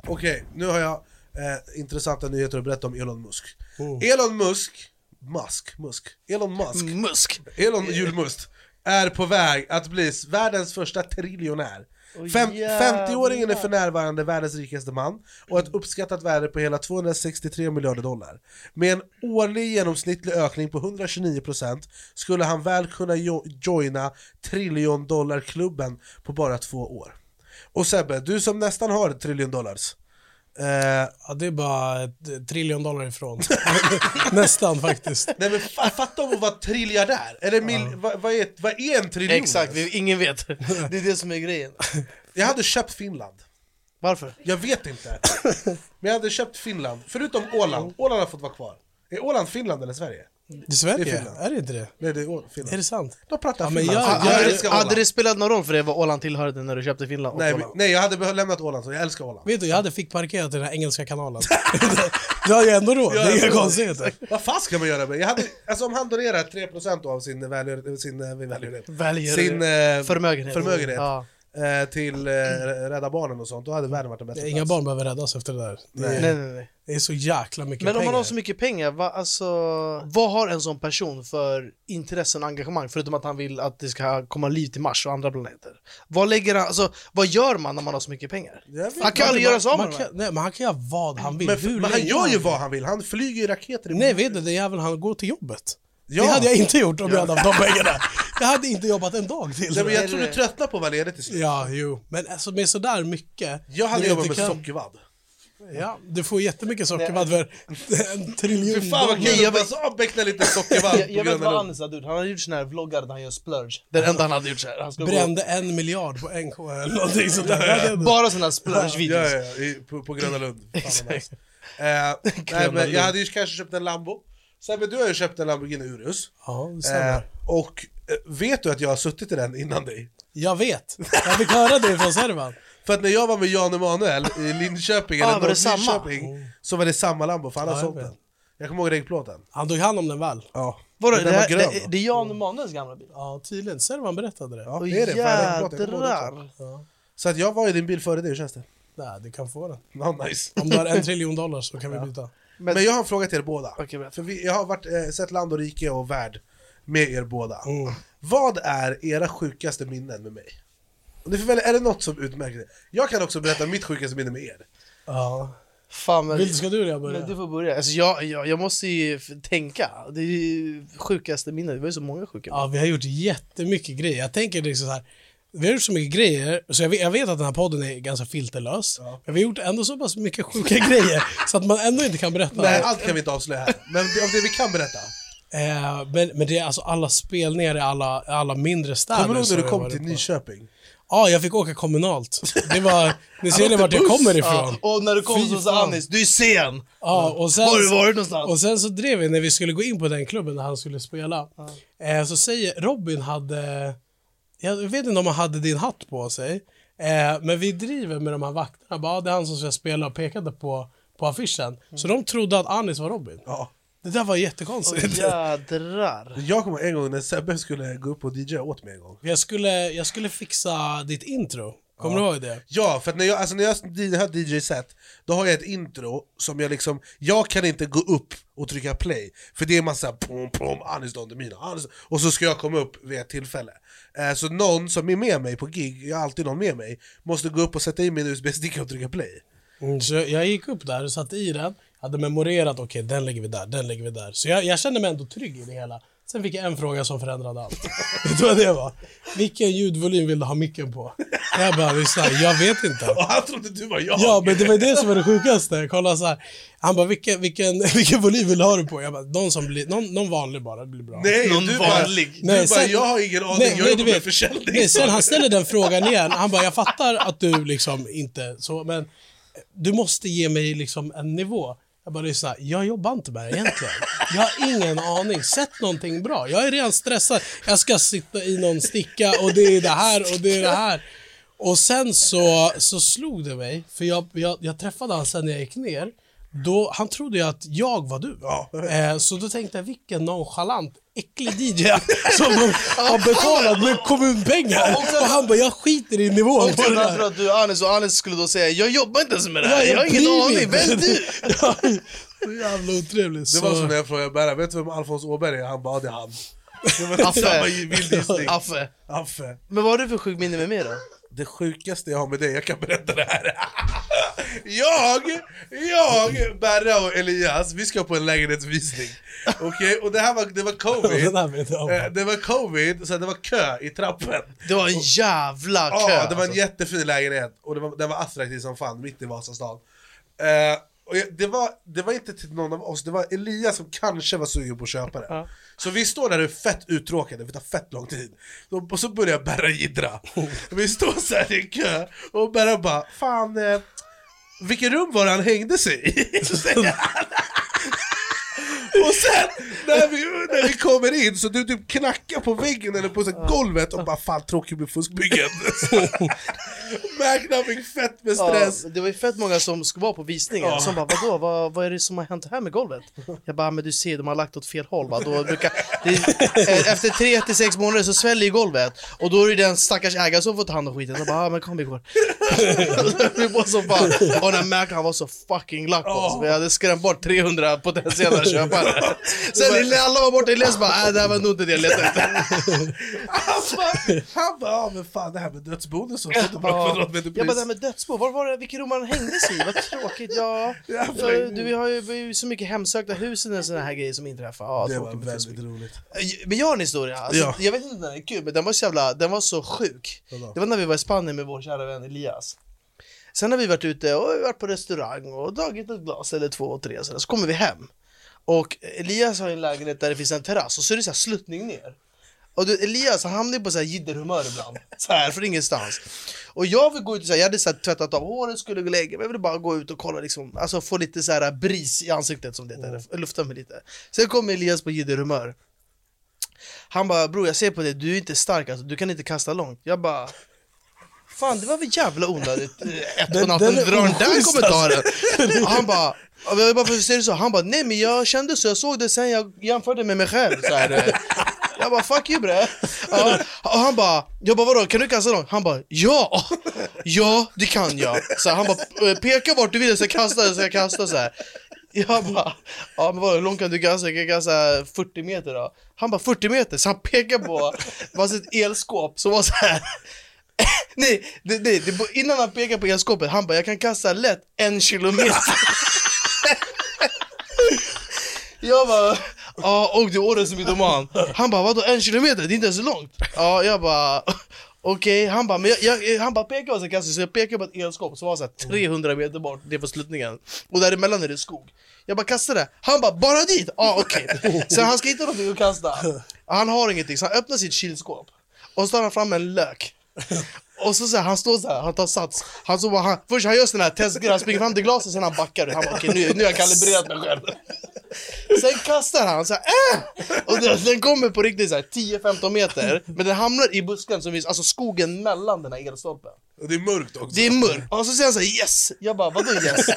A: Okej, nu har jag eh, intressanta nyheter att berätta om Elon Musk. Elon Musk, Musk, Musk, Elon Musk,
C: Musk.
A: Elon Julmust är på väg att bli världens första triljonär.
C: Åh,
A: Fem,
C: jävlar.
A: 50-åringen är för närvarande världens rikaste man och ett uppskattat värde på hela 263 miljarder dollar. Med en årlig genomsnittlig ökning på 129% skulle han väl kunna jo- joina triljondollarklubben på bara två år. Och Sebbe, du som nästan har ett triljon dollars. Eh,
B: Ja, det är bara ett eh, triljon dollar ifrån. Nästan faktiskt.
A: nej men fa- fatta om att vara triljardär! Eller mil- vad, vad, är, vad är en triljon?
C: Exakt, vi, ingen vet. Det är det som är grejen.
A: Jag hade köpt Finland.
C: Varför?
A: Jag vet inte. Men jag hade köpt Finland, förutom Åland. Åland har fått vara kvar. Är Åland Finland eller Sverige?
B: I Sverige?
A: Det är
B: är,
A: Finland.
B: det inte det?
A: Nej, det är Å- Finland.
B: Är det sant?
A: De pratar
B: Ja, men
A: Finland.
B: jag-
A: jag,
B: jag-
A: älskar Åland.
C: Hade det spelat någon roll för dig vad Åland tillhörde när du köpte Finland och
A: nej,
C: Åland?
A: vi- nej, jag hade behö- lämnat Åland, så jag älskar Åland.
B: Vet du, jag hade fick parkerat i den här engelska kanalen. du har ju ändå råd, det är inga konstigheter.
A: Vad fan ska man göra med jag hade, alltså Om han donerar 3% av sin, välgör, sin, eh, välgörenhet,
C: Väljer
A: sin eh,
C: förmögenhet.
A: förmögenhet,
C: Ja.
A: eh, till eh, Rädda Barnen och sånt, då hade världen varit en bättre
B: Inga barn behöver räddas efter det där. Det
C: Nej,
B: är,
C: nej, nej.
B: det är så jäkla mycket
C: Men om
B: pengar.
C: man har så mycket pengar, va, alltså, vad har en sån person för intressen och engagemang? Förutom att han vill att det ska komma liv till Mars och andra planeter. Vad, lägger han, alltså, vad gör man när man har så mycket pengar?
A: Jag vet
C: Han kan aldrig göra sig av med
B: man
C: dem.
B: kan, nej, men han kan göra vad han vill.
A: Men,
B: hur
A: men han
B: länge
A: gör ju
B: vill.
A: vad han vill, han flyger ju raketer i
B: Nej, vet du, det är jäveln han går till jobbet.
A: Ja.
B: Det hade jag inte gjort om jag hade haft de pengarna. Jag hade inte jobbat en dag till.
A: Nej, men Jag tror du tröttnar på att vara ledig till slut.
B: Ja, jo. Men alltså med sådär mycket.
A: Jag hade
B: du vet,
A: jobbat
B: det
A: med
B: kan-
A: sockervadd.
B: Ja, du får jättemycket sockervadd för en triljon
A: Fy fan vad
B: dollar.
A: kul att bara så avbeckna lite sockervadd
C: Jag, jag
A: på
C: vet
A: Gröna
C: vad
A: Lund.
C: Anis hade gjort, han hade gjort såna här vloggar där han gör splurge. Den enda han hade gjort såhär. Han ska
B: Brände en miljard på NK eller någonting sådär.
C: gå, bara såna här splurge-videos.
A: Ja, ja, ja, i- på, på Gröna Lund. Fan, vad
C: Exakt.
A: nice. Eh, nej,
C: Gröna
A: men jag
C: Lund.
A: hade ju kanske köpt en Lambo. Sebbe, du har ju köpt en Lamborghini Urus.
B: Ja, det
A: Eh,
B: stämmer.
A: och eh, vet du att jag har suttit i den innan dig?
B: Jag vet. Jag fick höra det från Servan.
A: För att när jag var med Jan Emanuel i Linköping,
C: Ah,
A: eller
C: var
A: norr
C: det samma? Oh.
A: Linköping, så var det samma Lambo, för han har
B: Ja, jag
A: sålt
B: vet.
A: den. Jag kommer ihåg regplåten.
B: Han tog hand om den väl?
A: Ja.
C: Vadå,
A: Den
C: det, här,
A: var grön,
C: det,
A: va?
C: det är Jan Emanuels gamla bil?
B: Ja, tydligen. Servan berättade det.
A: Ja,
C: Åh
A: det är det. för jag hade regplåten, jag kommer ihåg det också.
C: jädrar!
A: Så att jag var i din bil före dig, hur känns det?
B: Nej, du kan få den.
A: Ja, nice.
B: Om du har en triljon dollar så kan vi byta.
A: Men, jag har en fråga till er båda.
C: Okej, berätta.
A: För vi, jag har varit, eh, sett Land och Rike och Värld med er båda. Vad är era sjukaste minnen med mig? Och Ni får välja, är det något som utmärker det? Jag kan också berätta mitt sjukaste minne med er.
B: Ja.
C: Fan, men,
B: Vill du, ska du eller jag
C: men du
B: börja?
C: får börja. Alltså, jag, jag, jag måste ju f- tänka. Det är ju sjukaste minnet, det var ju så många sjuka minnen.
B: Ja, vi har gjort jättemycket grejer. Jag tänker liksom så här. Vi har gjort så mycket grejer, så jag vet, jag vet att den här podden är ganska filterlös. Men vi har gjort ändå så pass mycket sjuka grejer så att man ändå inte kan berätta.
A: Nej, allt kan vi inte avslöja här, men det- om det vi kan berätta.
B: Eh, men, men det är alltså alla spelningar i alla, alla mindre städer.
A: Kommer du ihåg
B: som
A: när
B: vi
A: du
B: har
A: kom
B: varit
A: till
B: på.
A: Nyköping?
B: Ja, ah, jag fick åka kommunalt. Det var, ni ser ni vart jag kommer ifrån.
C: Ja, och när du kom
B: Fy
C: så sa
B: fan.
C: Anis, du är sen!
B: Ja, och sen,
C: Var har du varit någonstans?
B: Och sen så drev vi, när vi skulle gå in på den klubben där han skulle spela, eh, så säger Robin hade, jag vet inte om han hade din hatt på sig, eh, men vi driver med de här vakterna, bara, ah, det är han som ska spela och pekade på, på affischen.
C: Mm.
B: Så de trodde att Anis var Robin.
A: Ja.
B: Det där var jättekonstigt.
C: Jädrar.
A: Jag kommer en gång när Sebbe skulle gå upp och DJ åt mig en gång.
B: Jag, skulle, jag skulle fixa ditt intro, kommer du ihåg det?
A: Ja, för att när jag, alltså när jag har DJ-set, då har jag ett intro som jag liksom, jag kan inte gå upp och trycka play, för det är en massa pom pom, Anis Don Demina, Anis, och så ska jag komma upp vid ett tillfälle. Eh, så någon som är med mig på gig, jag har alltid någon med mig, måste gå upp och sätta in min USB-sticka och trycka play.
B: Mm, så jag gick upp där och satte i den, hade memorerat, okej den lägger vi där, den lägger vi där. Så jag, jag kände mig ändå trygg i det hela. Sen fick jag en fråga som förändrade allt. Vet du vad det var? Vilken ljudvolym vill du ha micken på? Jag bara, lyssna, jag vet inte.
A: Och han trodde du var jag!
B: Ja, men det var det som var det sjukaste. Kolla så här. Han bara, vilken, vilken, vilken volym vill du ha det på? Jag bara, någon, som blir, någon, någon vanlig bara, det blir bra.
A: Nej,
C: Någon
A: du
C: vanlig.
A: Bara, du bara, jag har ingen aning, jag jobbar med försäljning.
B: nej, sen han ställer den frågan igen. Han bara, jag fattar att du liksom inte så, men du måste ge mig liksom en nivå. Jag bara lyssna, jag jobbar inte med det egentligen. Jag har ingen aning. Sätt någonting bra. Jag är redan stressad. Jag ska sitta i någon sticka och det är det här och det är det här. Och sen så, så slog det mig, för jag, jag, jag träffade han sen när jag gick ner. Då, han trodde ju att jag var du. Eh, så då tänkte jag, vilken nonchalant, äcklig DJ som har- har betalat med kommunpengar.
C: Och sen-
B: Och han bara, jag skiter i nivån på
C: Och
B: det
C: sen han
B: där.
C: tror att du är Anis och Anis skulle då säga Jag jobbar inte ens med det
B: Ja,
C: här, jag har ingen
B: bryr mig
C: aning,
B: inte.
C: vem är du?
B: Ja, Så jävla otrevligt.
A: Det
B: Så,
A: var som när jag frågade Berra, vet du vem Alfons Åberg är? Han bara, "Ja, det är han. Det var samma vild gissning.
C: Affe.
A: Affe.
C: Men vad har du för sjukt minne med mig då?
A: Det sjukaste jag har med dig, jag kan berätta det här. Jag, jag, Berra och Elias, vi ska på en lägenhetsvisning. Okej, och det här var, det var
B: Ja,
A: covid.
B: det där vet jag om.
A: Eh, Det var covid, så det var kö i trappen.
C: Det var en jävla kö.
A: Ja, det var en
C: alltså.
A: jättefin lägenhet och det var, den var attraktiv som fan, mitt i Vasastan. Eh, och jag, det, var, det var inte till någon av oss, det var Elias som kanske var sugen på att köpa det. Så vi står där och är fett uttråkade, det tar fett lång tid. Och, och så börjar Berra jiddra.
C: Oh.
A: Vi står så här i en kö och Berra bara, fan, eh, vilket rum var det han hängde sig i? Så säger han. Och sen när vi, när vi kommer in så du typ knackar på väggen eller på så här golvet och bara fan tråkigt med fuskbyggen. Magna fick fett med stress.
C: Ja, det var ju fett många som skulle vara på visningen som bara vadå, vad, vad är det som har hänt här med golvet? Jag bara, "Ah, men du ser de har lagt åt fel håll va? Då brukar, det, eh, efter tre till sex månader så sväller ju golvet och då är det den stackars ägaren som får ta hand om skiten. Jag bara, ah, men kom igår. Vi var så fan, och den här mäklaren han var så fucking lack på oss. Vi hade skrämt bort 300 potentiella köpare. Sen när alla var borta i läs bara, äh, det här var nog inte det jag letade efter.
A: Han bara, han bara, ja men fan det här med dödsbonus och sånt.
C: Ja.
A: kvadratmeter
C: Jag bara, det här
A: pris.
C: med dödsbo, var var det, vilket rum han hängde sig i? Vad tråkigt, ja. ja
A: Jävla
C: du, vi har ju vi har ju så mycket hemsökta hus och sådana här grejer som inträffar. Ja,
A: Det var
C: tråkigt med
A: väldigt
C: Facebook.
A: roligt.
C: Men jag har en historia, alltså,
A: Ja.
C: jag vet inte om den är kul, men den var så jävla, den var så sjuk. Det var när vi var i Spanien med vår kära vän Elias. Sen har vi varit ute och vi har varit på restaurang och dragit ett glas eller två, tre, sådär. så kommer vi hem. Och Elias har en lägenhet där det finns en terrass och så är det så här sluttning ner. Och du, Elias han hamnar ju på så här jidderhumör ibland, så här från ingenstans. Och jag vill gå ut och så här, jag hade så här, tvättat av håret, skulle gå och lägga mig, jag ville bara gå ut och kolla liksom, alltså få lite så här bris i ansiktet som det heter, lufta mig lite. Sen kommer Elias på jidderhumör. Han bara bror jag ser på dig, du är inte stark alltså, du kan inte kasta långt. Jag bara Fan det var väl jävla onödigt, eh, ett på natten,
B: den är
C: dra den där
B: oschysst,
C: kommentaren. Han bara, och jag bara, varför säger du så? Han bara, nej men jag kände så, jag såg det sen jag jämförde med mig själv. Så här. eh. Jag bara, fuck you bre. Ja, och han bara, jag bara vadå, kan du kasta långt? Han bara, ja! Ja, det kan jag. Så här, han bara, eh, peka vart du vill så jag kastar, så jag kastar så här. Jag bara, ja men vadå, hur långt kan du gasa? Jag kan gasa 40 meter då. Han bara 40 meter, så han pekar på varsitt elskåp som var så här. Nej, det, nej det, bo- innan han pekar på elskåpet, han bara jag kan kasta lätt en kilometer. jag bara, ja och du är årets mytoman. Han bara vadå en kilometer, det är inte ens långt. Ja, jag bara Okej, han bara, men jag, jag, eh, han bara pekar på sin kasse, så jag pekar på ett elskåp som var så här 300 meter bort, det var slutningen. Och däremellan är det skog. Jag bara kastar det, han bara bara dit! Ja ah, okej. Sen han ska hitta någonting att kasta. Han har ingenting, så han öppnar sitt kylskåp. Och så tar han fram en lök. Och så, så här, han står så här, han tar sats. Han så bara, han, först han gör sån här testgrej, han springer fram till glaset, sen han backar. Han bara, okej nu, nu har jag kalibrerat mig själv. Sen kastar han så här, äh! Och den, den kommer på riktigt så här 10-15 meter, men den hamnar i busken som finns, alltså skogen mellan den här elstolpen.
A: Och det är mörkt också.
C: Det är mörkt. Och så säger han så här, yes! Jag bara, vadå yes?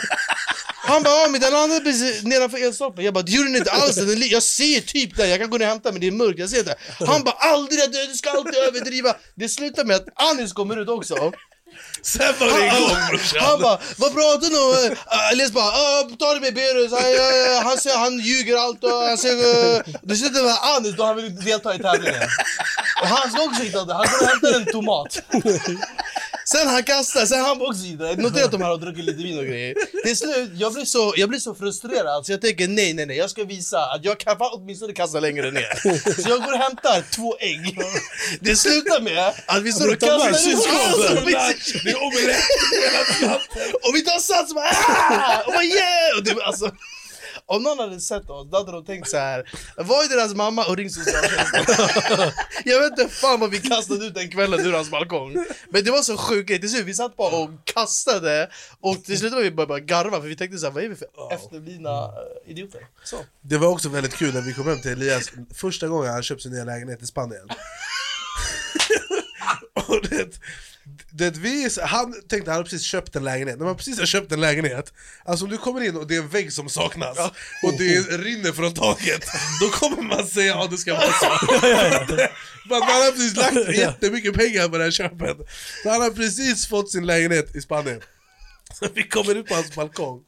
C: Han bara, ja men den landade precis nedanför elstolpen. Jag bara, det gjorde den inte alls. Den är li- jag ser typ den, jag kan gå ner och hämta men det är mörkt, jag ser inte. Han bara, aldrig du, du ska alltid överdriva. Det slutar med att Anis kommer ut också.
A: Sen var det igång brorsan.
C: Han bara, vad pratar du om? Eh, Elias bara, "Ah, ta det med Berus, han, eh, han, säger- han ljuger allt och han säger... eh." Det slutar med att Anis, då han vill inte delta i tävlingen. Och han ska också hitta det, han går och hämtar en tomat. Sen han kastar, sen han också idrott. Notera att de här har druckit lite vin och grejer. Till slut, jag blir så, jag blir så frustrerad så jag tänker nej, nej, nej, jag ska visa att jag kan fan åtminstone kasta längre ner. Så jag går och hämtar två ägg. Det slutar med att vi står och kastar ut skålen.
A: Det är omelett
C: Och vi tar sats och bara "Ah!" och bara yeah! Och det, alltså, om någon hade sett oss, då hade de tänkt så här. Vad är deras mamma och ring socialtjänsten? Jag vet inte fan vad vi kastade ut den kvällen ur hans balkong. Men det var så sjukt grej. Till slut, vi satt bara och kastade och till slut var vi bara, bara garva för vi tänkte så här, vad är vi för efterblivna eh, idioter? Så.
A: Det var också väldigt kul när vi kom hem till Elias första gången han köpte sin nya lägenhet i Spanien. och det, det vi, är så- han tänkte han har precis köpt en lägenhet, när man precis har köpt en lägenhet, alltså om du kommer in och det är en vägg som saknas och det rinner från taket, då kommer man säga ja det ska vara så. Men han har precis lagt jättemycket pengar på det här köpet, så han har precis fått sin lägenhet i Spanien. Så vi kommer ut på hans balkong.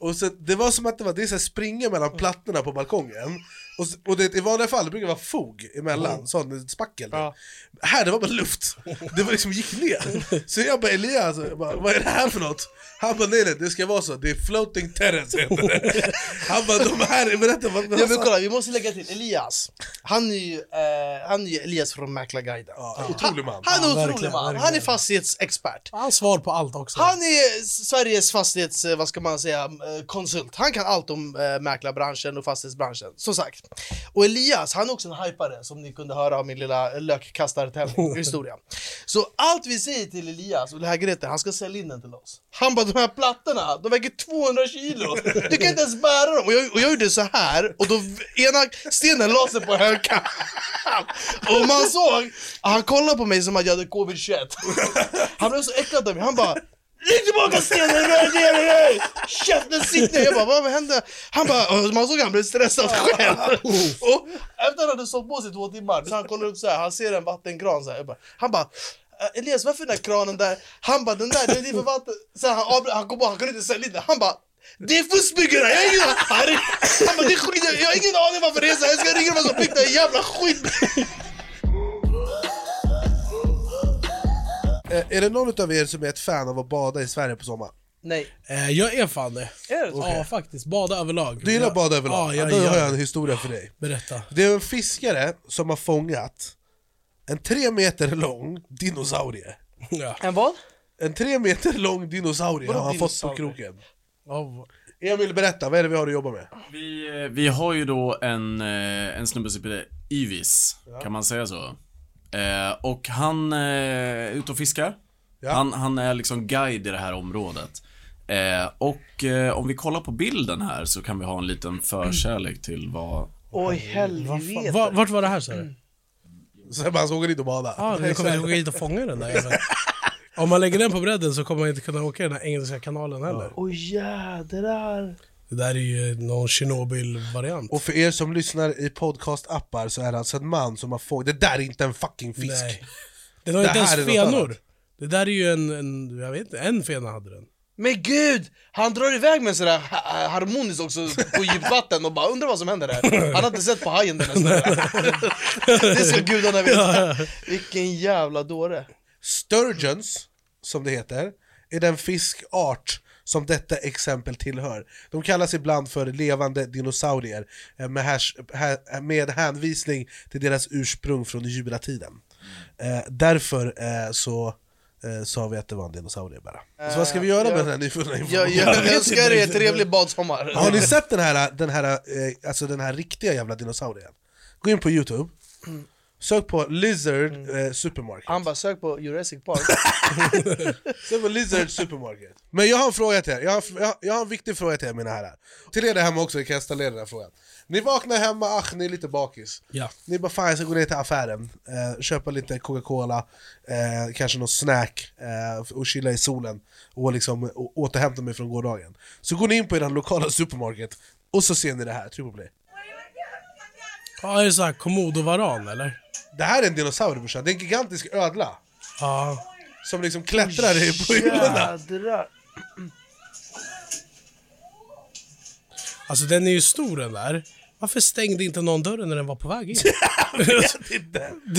A: Och så, det var som att det var det är så här springer mellan plattorna på balkongen. Och, s- och det, i vanliga fall det brukar vara fog emellan, sån spackel. Här det var bara luft. Det var liksom gick ner. Så jag bara Elias, jag bara, vad är det här för något? Han bara nej, nej det ska vara så, det är floating terrace heter det. Han bara de här, berätta vad
C: Ja, men kolla, vi måste lägga till Elias. Han är ju, eh, han är ju Elias från Mäklarguiden.
A: Ja, otrolig man.
C: Han är otrolig
B: verkligen,
C: man, han är
B: verkligen.
C: fastighetsexpert.
B: Han svar på allt också.
C: Han är Sveriges fastighets, eh, vad ska man säga, eh, konsult. Han kan allt om eh, mäklarbranschen och fastighetsbranschen, som sagt. Och Elias, han är också en hypare som ni kunde höra av min lilla eh, lökkastartävling-historia. Så allt vi säger till Elias och det här Grete, han ska sälja in den till oss. Han bara, de här plattorna, de väger 200 kilo! Du kan inte ens bära dem! Och jag, och jag gjorde så här, och då v- ena stenen la sig på hökan. Och man såg, han kollade på mig som att jag hade covid-21. Han blev så äcklad av mig, han bara Lägg tillbaka stenen, rör ner dig! Käften, sitt ner! Jag bara, vad hände? Han bara, och man såg att han blev stressad själv. Och efter han hade sovit på sig två timmar, så han kollar upp så här, han ser en vattengran så här. Jag bara, han bara, "Eh, Elias varför är den där kranen där? Han bara, den där, den är för vatten. Sen han, avbröt- han kom på, han kunde inte sälja den. Han bara, det är fuskbyggare! Jag har ingen aning! Han bara, det är skit, jag har ingen aning varför det är så här. Jag ska ringa dem som byggt den här jävla skit.
A: Eh, Är det någon utav er som är ett fan av att bada i Sverige på sommaren?
C: Nej.
B: Eh, jag är fan det.
C: Är det så?
B: Ja, faktiskt. Bada överlag.
A: Du gillar att bada överlag?
B: Ja, jag
A: Då har
B: gör
A: jag en
B: det.
A: historia för dig.
B: Berätta.
A: Det är en fiskare som har fångat en tre meter lång dinosaurie.
B: Ja.
C: En vad?
A: En tre meter lång dinosaurie
C: Vadå
A: har han fått på
C: dinosaurie?
A: kroken.
B: Ja,
A: Emil, berätta, vad är det vi har att jobba med?
D: Vi, eh, vi har ju då en, eh, en snubbe som heter Ivis, kan man säga så? Eh, och han eh, är ute och fiskar.
A: Ja.
D: Han, han är liksom guide i det här området. Eh, och eh, om vi kollar på bilden här så kan vi ha en liten förkärlek till vad...
C: Oj helvete.
B: Va- Vart var det här sa
C: Mm.
B: du?
A: Så man såg dit och bada.
B: Ja, du kommer inte åka hit och fånga den där jäveln. Om man lägger den på bredden så kommer man inte kunna åka i den här engelska kanalen heller.
C: Oj jädrar.
B: Det där är ju någon Tjernobyl-variant.
A: Och för er som lyssnar i podcastappar så är det alltså en man som har fångat... Det där är inte en fucking fisk!
B: Nej. Den har
A: Det
B: inte ens
A: här är något
B: fenor.
A: annat.
B: Det där är ju en, en, jag vet inte, en fena hade den.
C: Men gud! Han drar iväg med sådär ha- harmoniskt också på djupt vatten och bara undrar vad som händer där. Han har inte sett på hajen den här snubben. Det ska gudarna veta. Vilken jävla dåre.
A: Sturgeons, som det heter, är den fiskart som detta exempel tillhör. De kallas ibland för levande dinosaurier eh, med, härs- hä- med hänvisning till deras ursprung från juratiden. Eh, därför eh, så eh, sa vi att det var en dinosaurie bara. Så vad ska vi göra med den här nyfunna
C: Jag,
A: informationen?
C: jag önskar er en trevlig badsommar.
A: Har ni sett den här, den här, eh, alltså den här riktiga jävla dinosaurien? Gå in på youtube, Sök på Lizard eh, Supermarket.
C: Han bara sök på Jurassic Park.
A: Sök på Lizard Supermarket. Men jag har en fråga till er. Jag har, jag, har- jag har en viktig fråga till er mina herrar. Till er där hemma också, jag kan ställa er den här frågan. Ni vaknar hemma, ach ni är lite bakis.
B: Ja.
A: Ni bara fan jag ska gå ner till affären, eh, köpa lite Coca-Cola, eh, kanske någon snack eh, och chilla i solen och liksom å- återhämta mig från gårdagen. Så går ni in på er lokala supermarket och så ser ni det här, tryck på play.
B: Ja, är det såhär komodovaran eller?
A: Det här är en dinosaurie brorsan, det är en gigantisk ödla
B: Ja.
A: som liksom klättrar i på hyllorna.
B: Alltså den är ju stor den där. Varför stängde inte någon dörren när den var på väg in? det,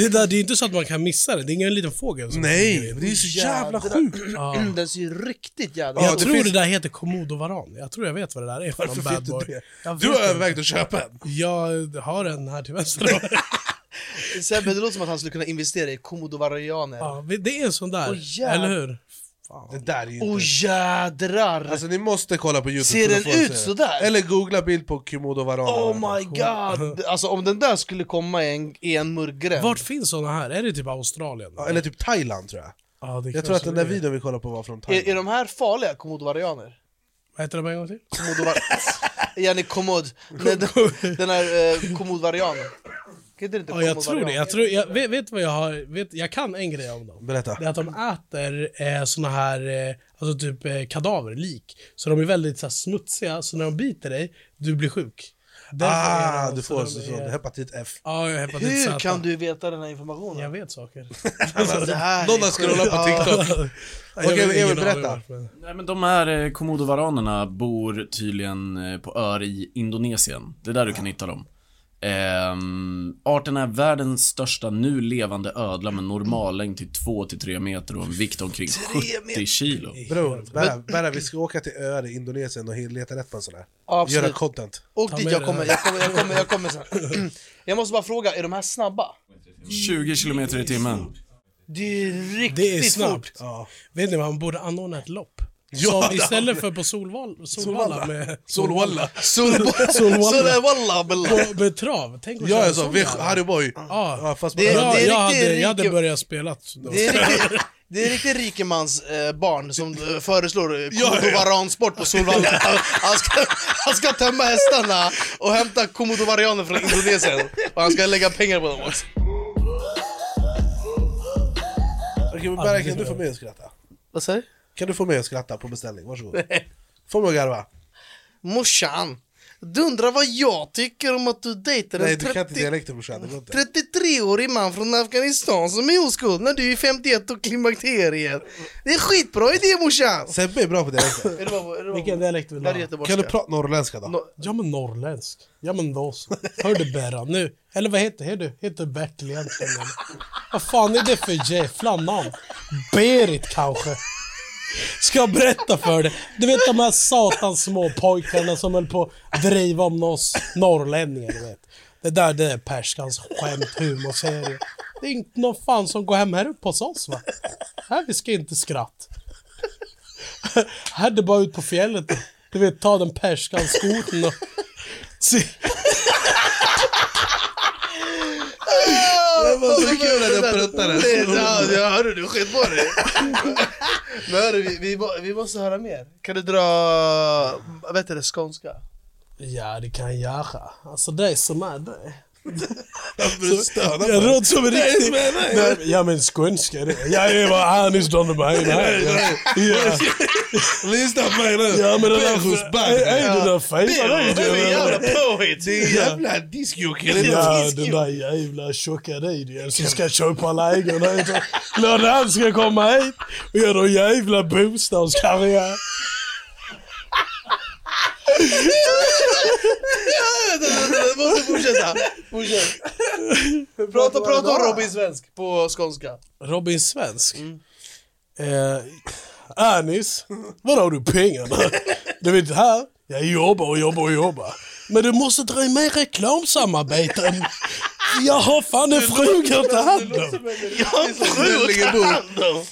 B: där, det är ju inte så att man kan missa det. Det är ingen liten fågel som
A: Nej,
B: flyger in.
A: det är så jävla sjukt!
C: Den Mm, ser ju riktigt jävla
B: Jag
A: det
B: tror
A: finns-
B: det där heter komodovaran. Jag tror jag vet vad det där är. för
A: Varför
B: någon
A: fick
B: bad
A: du
B: boy.
A: det?
B: Jag
A: Du
B: vet
A: har
B: inte.
A: övervägt att köpa en?
B: Jag har en här till vänster.
C: Sebbe, det låter som att han skulle kunna investera i komodovarianer. Åh
B: ja, det är en sån där,
C: Åh, jävlar.
B: eller hur?
A: Det där är ju inte...
C: jädrar!
A: Alltså ni måste kolla på youtube
C: Ser
A: för att
C: den
A: få
C: ut
A: se det.
C: sådär?
A: Eller googla bild på Kimodo Varana
C: oh my god! Alltså om den där skulle komma i en, i en murgränd.
B: Vart finns såna här? Är det typ Australien?
A: Ja, Eller typ Thailand tror jag
B: Ja, det
A: Jag tror
B: kanske
A: att den där
B: det är.
A: videon vi kollade på var från Thailand
C: Är, är de här farliga komodovarianer?
B: Vad heter den på en gång till?
C: Komodovar... Jenny komod. Nej, den, den här eh, komodvarianen. Heter det inte
B: Ja, jag
C: komodvarian?
B: tror det. Jag, tror, jag vet, vet vad jag har... Vet, jag kan en grej om dem.
A: Berätta
B: Det är att de äter eh, såna här, eh, alltså typ eh, kadaver, lik. Så de är väldigt så här, smutsiga, så när de biter dig, du blir sjuk. Därför är
A: Ah,
B: de-
A: du
B: så
A: får
B: de
A: så, så,
B: är-
A: hepatit F
B: Ja, jag har hepatit
C: Hur
B: Z.
C: kan du veta den här informationen?
B: Jag vet saker.
C: Ah, Det här är
A: Någon har
C: sjukt.
A: scrollat på TikTok
B: Jag har
A: Okej,
B: ingen
A: Emil,
B: aning
A: berätta.
B: varför, men-
D: Nej men de här eh, komodovaranerna bor tydligen eh, på öar i Indonesien. Det är där du kan hitta dem. Ehm, arten är världens största nu levande ödla med normallängd till 2-3 meter och en vikt omkring 70 kilo.
A: Bror, Berra, Berra, vi ska åka till öar i Indonesien och leta rätt på en sån här
C: Absolut.
A: Göra content
C: Och dit
B: med
C: jag
B: det
C: kommer,
B: här.
C: jag kommer, jag kommer, jag kommer sen. Jag måste bara fråga, är de här snabba?
D: 20 kilometer i timmen.
C: Det är riktigt
B: Det är
C: fort.
B: snabbt.
A: Ja.
B: Vet ni, man borde anordna ett lopp.
A: Ja,
B: Som
A: det
B: istället för på Solval, Solvalla med...
A: Solwalla
B: Solvalla.
C: Solwalla bella.
B: På, med trav. Tänk att
A: Ja
B: köra
A: jag sa,
B: sån
A: vi
B: där.
A: Harry Boy
B: Ja,
A: fast
C: Ah.
A: det,
C: Det-
B: ja,
C: det är
B: jag,
C: riktigt-
B: hade, jag hade
C: riktigt-
B: börjat spela. då.
C: Det är riktigt, det är riktigt rikemans eh, barn som eh, föreslår eh,
A: ja.
C: komodovaransport på Solvalla. Han- Han ska, han ska tömma hästarna och hämta komodovarianer från Indonesien. Och han ska lägga pengar på dem också.
A: Okej men
C: Ah,
A: Berra kan du få mig att skratta?
C: Vad säger du?
A: Kan du få mig att skratta på beställning? Varsågod Få mig att garva
C: Morsan, du undrar vad jag tycker om att du dejtar
A: Nej
C: en
A: du kan inte
C: 30
A: dialekten brorsan, det går inte
C: 33-årig man från Afghanistan som är oskuld när du är 51 och klimakteriet. Det är en skitbra idé morsan!
A: Sebbe är bra på dialekten
C: Är det bara- är det bara-
B: Vilken dialekt vill du
C: Där är
B: ha?
C: göteborgska.
A: Kan du prata norrländska då?
B: Ja men norrländsk. Ja men då så. Hör du Berra nu? Eller vad heter, heter du? Heter Bertil egentligen? eller? Vad fan är det för jävla namn? Berit kanske? Ska jag berätta för dig? Du vet de här satans små pojkarna som höll på att driva om oss norrlänningar du vet. Det där det är Perskans skämt humorserie. Det är inte någon fan som går hem här uppe hos oss va? Här vi ska inte skratt. Här är det bara ut på fjället. Du vet ta den Perskans skoten och se,
A: Det var så kul att jag pruttade.
C: Det är- Ja, jag hörde du sket på dig. Men hörru, vi, vi, må- vi måste höra mer. Kan du dra, vad heter det, skånska?
B: Ja, det kan jag göra. Alltså det är som är det.
A: Stöna
B: Jag låter som en riktig... Nej, men- Ja men skånska det. Jag är vad Anis Don Domain här. Ja.
A: Lyssna på mig nu!
B: Ja men den där...
A: Persus back!
B: Är det där fejsar
C: Det är jävla
B: dig?
C: påhitt!
A: Det är jävla discjockey! det där.
B: Ja, den där jävla tjocka radion som ska köpa lägenheter. Låt han ska komma hit och göra en jävla bostadskarriär.
C: Jag måste fortsätta. Fortsätt. Prata, prata om Robin Svensk på skånska.
B: Robin Svensk?
C: Mm.
B: Eh, Anis, var har du pengarna? Du vet här, jag jobbar och jobbar och jobbar. Men du måste dra in mer reklamsamarbeten. Jag har fan en fruga att ta hand om.
C: Jag har
A: Nödlingen
C: sjukt
A: Bo.
C: hand om!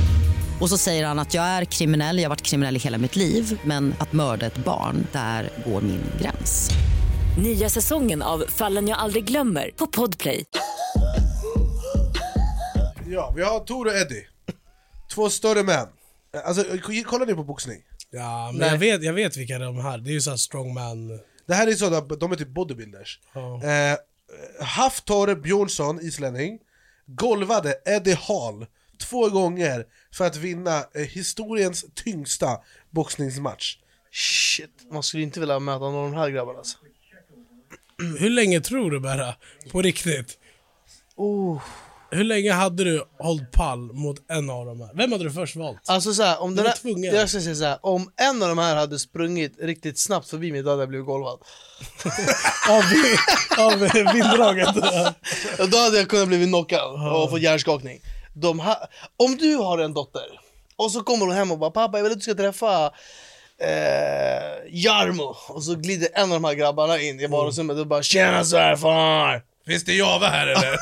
H: Och så säger han att jag är kriminell, jag har varit kriminell i hela mitt liv men att mörda ett barn, där går min gräns.
I: Nya säsongen av Fallen jag aldrig glömmer på Podplay.
A: Ja, vi har Tor och Eddie. Två större män. Alltså, kollar ni på boxning?
B: Ja, men jag vet, jag vet vilka de här, det är ju såhär strongman.
A: Det här är sådana, de är typ bodybuilders. Eh, Haftor Björnsson, islänning, golvade Eddie Hall två gånger för att vinna eh, historiens tyngsta boxningsmatch.
C: Shit, man skulle inte vilja möta någon av de här grabbarna alltså.
B: Hur länge tror du bara? På riktigt? Oh. Hur länge hade du hållit pall mot en av de här? Vem hade du först valt?
C: Alltså så här, om
B: Du
C: den
B: var
C: här,
B: tvungen.
C: jag ska säga så här, om en av de här hade sprungit riktigt snabbt förbi mig då hade jag blivit golvad.
B: Av, av vinddraget?
C: Då hade jag kunnat blivit knockad och fått hjärnskakning. De här, om du har en dotter och så kommer hon hem och bara “pappa, jag vill att du ska träffa eh, Jarmo” och så glider en av de här grabbarna in i vardagsrummet och bara “tjena svärfar”.
A: Finns det Java här eller?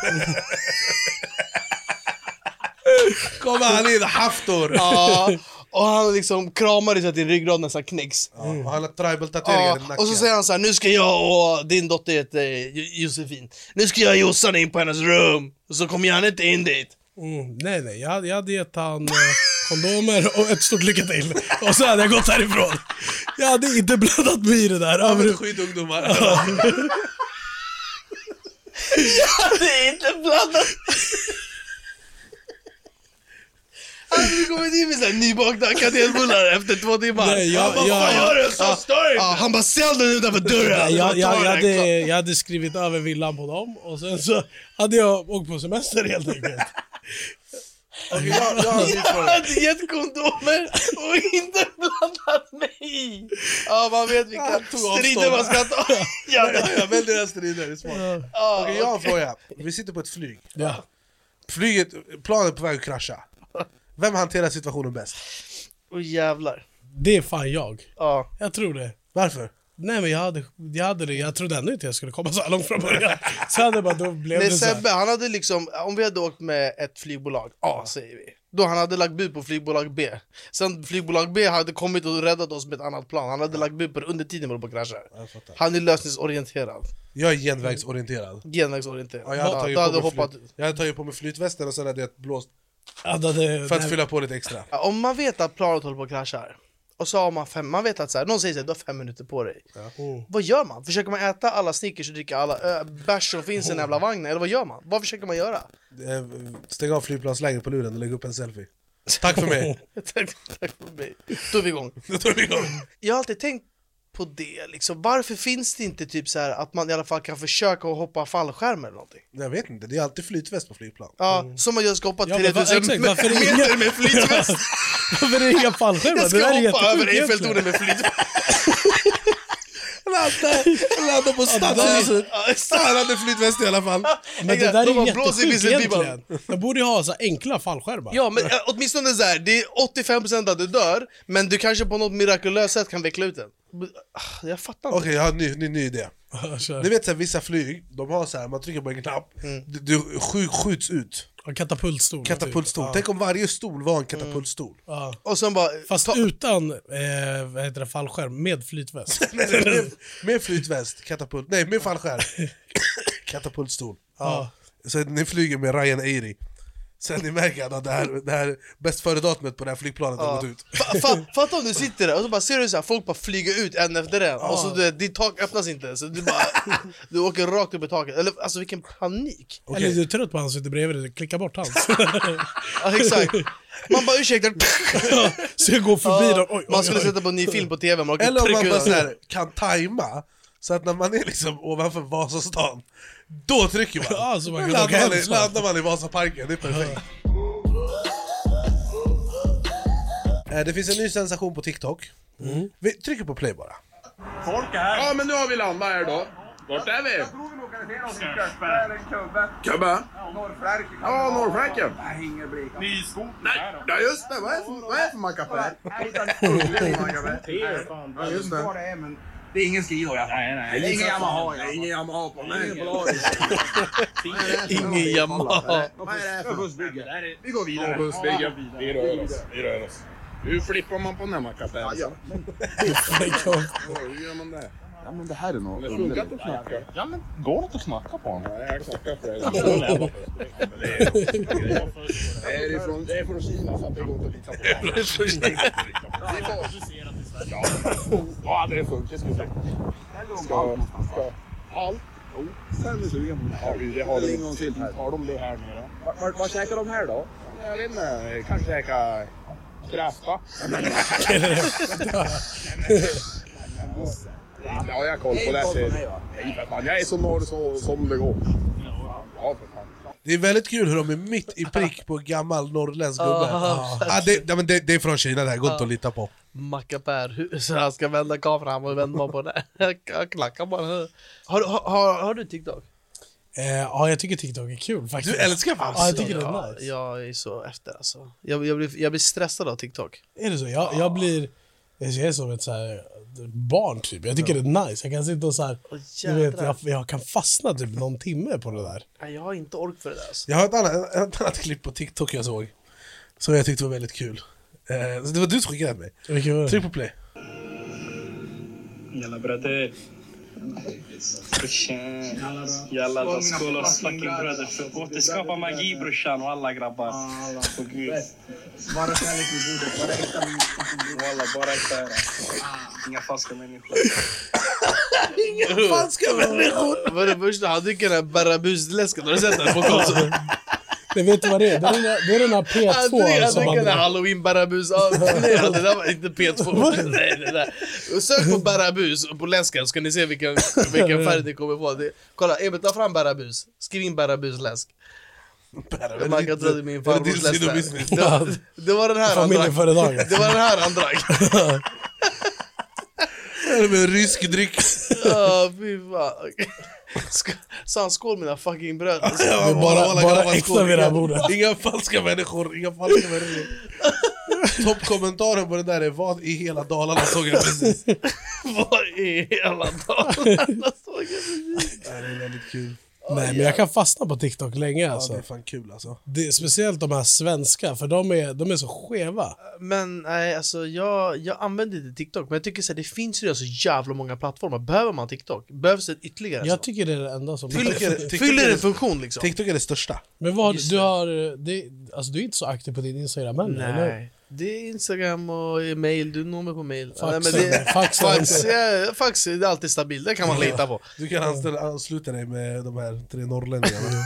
A: Kommer han in, Haftor!
C: Ja, och han liksom kramar dig så att din ryggrad nästan knäcks.
A: Ja, och han har
C: Ja,
A: tribal-tatueringar i nacken.
C: och så säger han så här, nu ska jag och din dotter heter Jo- Josefin, nu ska jag och Jossan in på hennes rum, och så kommer jag inte in dit.
B: Mm, nej, nej. Jag hade, jag hade gett han eh, kondomer och ett stort lycka till. Och så hade jag gått härifrån. Jag hade inte blandat mig i det där. Över,
A: Skydd ungdomar.
C: Det är inte blandat. Alltså du kommer in med såhär nybakta kanelbullar efter två timmar.
B: Nej, jag-
C: han bara,
B: jag-
C: vad gör du? Så
A: Ja.
C: stör ja, Han bara, sälj den utanför dörren.
B: Nej, jag, jag,
C: Ta den
B: jag,
C: här
B: hade,
C: klart.
B: jag hade skrivit över villan på dem och sen så hade jag åkt på semester helt enkelt.
A: Okej, jag, jag har en till
C: Jag
A: fråga.
C: hade gett kondomer och inte blandat mig i. Ja, man vet vilka strider man ska ta. Ja,
A: Jag väljer den striden, det är smart.
C: ja,
A: Okej, jag har en fråga. Vi sitter på ett flyg.
B: Ja.
A: Flyget, planet är på väg att krascha. Vem hanterar situationen bäst?
C: Och jävlar.
B: Det är fan jag.
C: Ja.
B: Jag tror det.
A: Varför?
B: Nej men jag hade, jag hade det. Jag trodde ändå inte jag skulle komma så här långt från början. Så hade jag bara, då blev
C: Nej,
B: det så här.
C: Sebbe, han hade liksom, om vi hade åkt med ett flygbolag A säger vi. Då han hade lagt bud på flygbolag B. Sen flygbolag B hade kommit och räddat oss med ett annat plan. Han hade lagt bud på det under tiden vi höll på att krascha. Han är lösningsorienterad.
A: Jag är genvägsorienterad.
C: Genvägsorienterad.
A: Ja, jag hade tagit
C: då
A: på
C: hade
A: mig
C: hoppat...
A: flyt- jag hade tagit på mig flytvästen och sen hade jag blåst
B: Jag hade,
A: för att
B: nej,
A: fylla på lite extra.
C: Ja, Om man vet att planet håller på att krascha här, och så har man fem, man vet att så här, någon säger så här, du har fem minuter på dig.
B: Mm.
C: Vad gör man? Försöker man äta alla Snickers och dricka alla ö, bärs som finns i den jävla vagnen? Eller vad gör man? Vad försöker man göra?
A: Eh, Stäng av flygplansläget på luren och lägg upp en selfie. Tack för mig.
C: tack, tack för mig. Då är vi igång.
A: Nu tar vi igång.
C: jag har alltid tänkt på det, liksom. varför finns det inte typ så här att man i alla fall kan försöka att hoppa fallskärm eller någonting?
A: Jag vet inte, det är alltid flytväst på flygplan.
C: Ja, Som man gör ska hoppa
B: Mm. Ja, men va-
C: 3000
B: exakt, varför är det
C: meter
B: inga-
C: med flytväst.
B: Varför är det inga fallskärmar?
C: Jag
B: Det
C: ska
B: där är
C: hoppa över
B: jättesjukt
C: Eiffeltornet
B: egentligen.
C: med flytväst.
A: Landa på stadshuset! Han hade flytväst i alla fall.
B: Men det där
C: De
B: är
C: bara
B: ju
C: blåser i
B: jättesjukt
C: visselpipan.
B: egentligen. De borde ju ha så här enkla fallskärmar.
C: Ja, men eh, åtminstone så här, det är 85% att du dör, men du kanske på något mirakulöst sätt kan veckla ut den. Ah, Jag fattar inte.
A: Okej, jag har en ny, ny, ny idé.
B: Kör.
A: Ni vet så här, vissa flyg, de har så här, man trycker på en knapp, du, du skj- skjuts ut.
B: Ja, Katapultstol.
A: Katapultstol.
B: Typ.
A: Tänk om varje stol var en katapultstol.
B: Ja.
C: Och sen bara...
B: Fast
C: ta,
B: utan eh, vad heter det, fallskärm, med flytväst.
A: Nej, nej, med, med flytväst, katapult, nej med fallskärm. Katapultstol. Ja. Så ni flyger med Ryan Airy. Sen ni märker att det här, det här bäst före-datumet på det här flygplanet har gått ut.
C: fa, fa, fatta om du sitter där och så bara ser du så här, folk bara flyger ut en efter en. Och
A: Ah.
C: så du, ditt tak öppnas inte. Så du bara... du åker rakt upp i taket. Eller, alltså vilken panik.
B: Eller du är trött på han som sitter bredvid dig, klicka bort hans.
C: Ja, exakt. Man bara ursäkta.
B: Så jag går förbi
C: Ja,
B: dem. Oj, oj,
C: man skulle
B: oj.
C: sätta på en ny film på tv. Man åker
A: Eller om man
C: trycka
A: bara
C: ut-
A: så här, kan tajma, så att när man är liksom ovanför Vasastan, då trycker man.
B: Ja, så man kan
A: landar,
B: åka hem
A: man i,
B: snart.
A: landar man i Vasaparken, det är perfekt. Eh, Det finns en ny sensation på TikTok.
B: Mm.
A: Vi trycker på play bara.
J: Ja, men nu har vi landat här då. Vart är vi? Kubbe? Ja, Norrfräken. Nej, ja, just det. Vad är det för- vad är det för macka på det? Ja, just det.
E: Det är ingen skridor i alla fall.
J: Det är Ingen Yamaha. Det är Ingen Yamaha på mig.
C: Ingen Yamaha.
J: Vad är det här för bussbygge? Vi går vidare. Bussbygge. Vi rör oss. Vi rör oss. Hur flippar man på den här mackapären? alltså? Ja, Hur gör man det? Ja, men det här är något Det funkar inte att knacka. Ja, men går det inte att knacka på honom? Nej, jag knackar för det. Det är ifrån- Det är från Kina så att det går inte att lita på. Det är från Kina. Ja, det funkar skulle jag säga. Ska... ska- Allt? Jo, sen är vi sugen på det. Det har lingon till här. Har de det här nu då? Vad, vad käkar de här då? Jag vet inte. Kanske käka kräfta. Ja, jag har koll på det. här, ser du. Nej, för fan. Jag är så norr så, som det går. Ja, för fan.
A: Det är väldigt kul hur de är mitt i prick på gammal norrländsk gubbe. Ah, det, nej, men det, det är från Kina det här, går inte att lita på.
C: Mackapär, hur- så han ska vända kameran och vända bara på den. Jag klackar bara. Har, har, har, har du TikTok?
B: Eh, ja, jag tycker TikTok är kul faktiskt.
A: Du älskar fan
B: Ja, jag tycker det är
C: Ja,
B: nice.
C: jag är så efter alltså. Jag, jag, blir, jag blir stressad av TikTok.
B: Är det så? Jag, jag blir... Jag är som ett så här, barn typ. Jag tycker det är nice. Jag kan sitta och så här,
C: Åh,
B: du vet,
C: jädrar.
B: jag, jag kan fastna typ någon timme på det där.
C: Nej, Jag har inte ork för det där alltså.
A: Jag har ett annat, ett annat klipp på TikTok jag såg, som jag tyckte var väldigt kul. Eh, så det var du som skickade det till mig.
B: Vilket var det?
A: Tryck på play.
J: Jalla bröder. Brorsan. Jalla, låt oss skåla oss fucking bröder för att återskapa magi brorsan och alla grabbar. Åh gud. Bara kärlek i bordet, bara äkta människor. Walla, bara äkta här alltså. Inga falska människor.
A: Falska människor!
C: Vad är det första? Han dricker den här barabusläsken, har du sett den? På konsert?
B: Men vet du vad det är? Det är den här, det är den här
C: Han dricker
B: P2
C: han
B: som
C: dricker
B: man...
C: den här halloween barabus. Ja, Nej, det där var inte P2. Nej, det där. Och Sök på barabus och på läsken ska ni se vilken, vilken färg ni kommer få. Det, kolla, Emil ta fram barabus. Skriv in barabusläsk. Jag märker att det är min
A: Är det
C: farbrors
A: din
C: läsk
A: sidobusiness?
C: där. det, var- det var den här han drack.
B: Familjeföretaget.
C: Det var den här han drack.
A: Det är med rysk dryck.
C: Ja, fy fan. Sk- Sa han skål mina fucking bröder?
A: Det är
B: bara- bara äkta vid det här bordet.
A: Inga falska människor, inga falska människor. Toppkommentaren på den där är vad i hela Dalarna såg jag precis.
C: Vad i hela Dalarna såg jag?
A: Det här är väldigt kul.
B: Nej, men jag kan fastna på TikTok länge
A: Ja, det
B: alltså.
A: är fan kul alltså.
B: Det är speciellt de här svenska, för de är, de är så skeva.
C: Men nej, alltså jag, jag använder inte TikTok, men jag tycker så här, det finns ju så jävla många plattformar. Behöver man TikTok? Behövs det ytterligare?
B: Jag tycker det är det enda som...
C: Fyller-
A: tycker- TikTok
C: fyller
A: är-
C: en funktion liksom?
A: TikTok är det största.
B: Men vad,
C: Just
B: du
C: det.
B: har... Det, alltså du är inte så aktiv på din Instagram heller, eller?
C: Nej. Det är Instagram och mail, du når mig på mail.
B: Faxen.
C: Nej, men det,
B: Faxen.
C: fax, ja, fax det är alltid stabilt, det kan man lita på.
A: Du kan anställa, ansluta dig med de här tre norrlänningarna.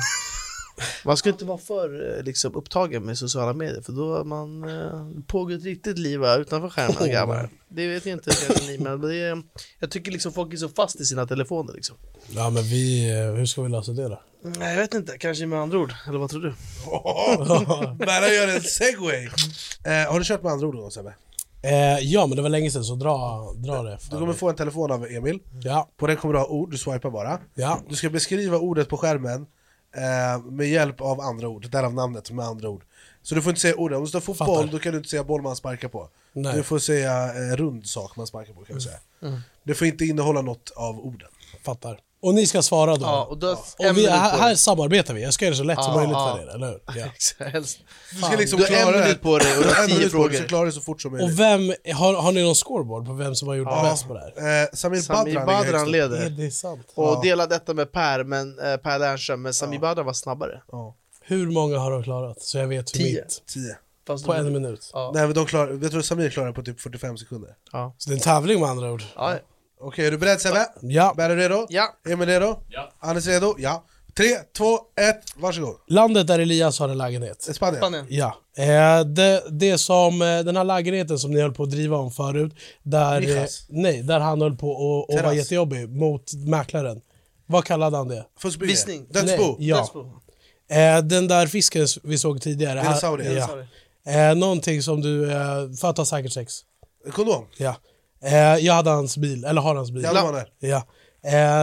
C: Man ska inte vara för eh, liksom, upptagen med sociala medier för då är man eh, pågår ett riktigt liv här utanför skärmen grabbar. Det vet jag inte hur ni men det är, jag tycker liksom folk är så fast i sina telefoner liksom.
B: Ja, men vi... eh, Hur ska vi lösa det då?
C: Mm, Nej jag vet inte, kanske med andra ord, eller vad tror du?
A: Bara gör en segway! Eh, har du kört med andra ord någon gång Sebbe?
B: Eh, ja, men det var länge sedan, så dra, dra det.
A: Du kommer få en telefon av Emil.
B: Ja,
A: På den kommer du ha ord, du swipar bara.
B: ja.
A: Du ska beskriva ordet på skärmen eh, med hjälp av andra ord, därav namnet med andra ord. Så du får inte säga orden, om det står fotboll
B: Fattar.
A: då kan du inte säga boll man sparkar på.
B: Nej.
A: Du får säga eh, rund sak man sparkar på kan vi säga.
B: Mm.
A: Det får inte innehålla något av orden.
B: Fattar. Och ni ska svara då?
C: Ja, och då- en
B: och vi,
C: minut på
B: här,
C: dig.
B: här samarbetar vi, jag ska göra det så lätt som
C: Ja,
B: möjligt
C: ja.
B: för er, eller hur? Ja.
C: Helst.
A: Du
B: Fan.
A: ska liksom
B: Du har en
A: klara det här.
B: minut på dig och du har
A: Du en
B: tio
A: minut på dig, Du ska
B: frågor.
A: klara det så fort som möjligt.
B: Och vem, har, har ni någon scoreboard på vem som har gjort
A: Ja.
B: bäst på det här?
A: Eh, Samir
C: Samir
A: Badran, ligger högst
C: Badran
A: upp.
C: leder.
B: Det är sant.
C: Och
B: Ja.
C: delar detta med Per, men, eh, per Lernström, men Samir Badran var snabbare.
B: Hur många har de klarat? Så jag vet hur
C: Tio.
B: mitt.
A: Tio.
C: Fast
B: På
C: de-
B: en minut.
C: Ja.
A: Nej men de klarar, jag tror Samir klarar på typ 45 sekunder.
C: Ja.
B: Så det är en tävling med andra ord.
C: Ja.
A: Okej, är du beredd Sebbe?
B: Ja.
A: Bär du redo?
C: Ja.
A: Emil redo? Ja. Anders redo? Ja. Tre, två, ett, varsågod.
B: Landet där Elias har en lägenhet.
A: Spanien.
C: Spanien.
B: Ja. Eh, det, det som, eh, den här lägenheten som ni höll på att driva om förut, där, eh,
A: Niklas.
B: nej, där han höll på och, och var
A: Terrass.
B: jättejobbig mot mäklaren. Vad kallade han det?
A: Fussbygge.
C: Visning.
A: Dödsbo.
B: Nej, ja.
C: Dödsbo.
B: Eh, den där fisken s- vi såg tidigare. här-
A: Dinosaurie.
B: Ja. Eh, någonting som du, eh, för att ha säkert sex.
A: Kondom.
B: Ja. Eh, jag hade hans bil, eller har hans bil.
A: Jävlar vad han är.
B: Ja.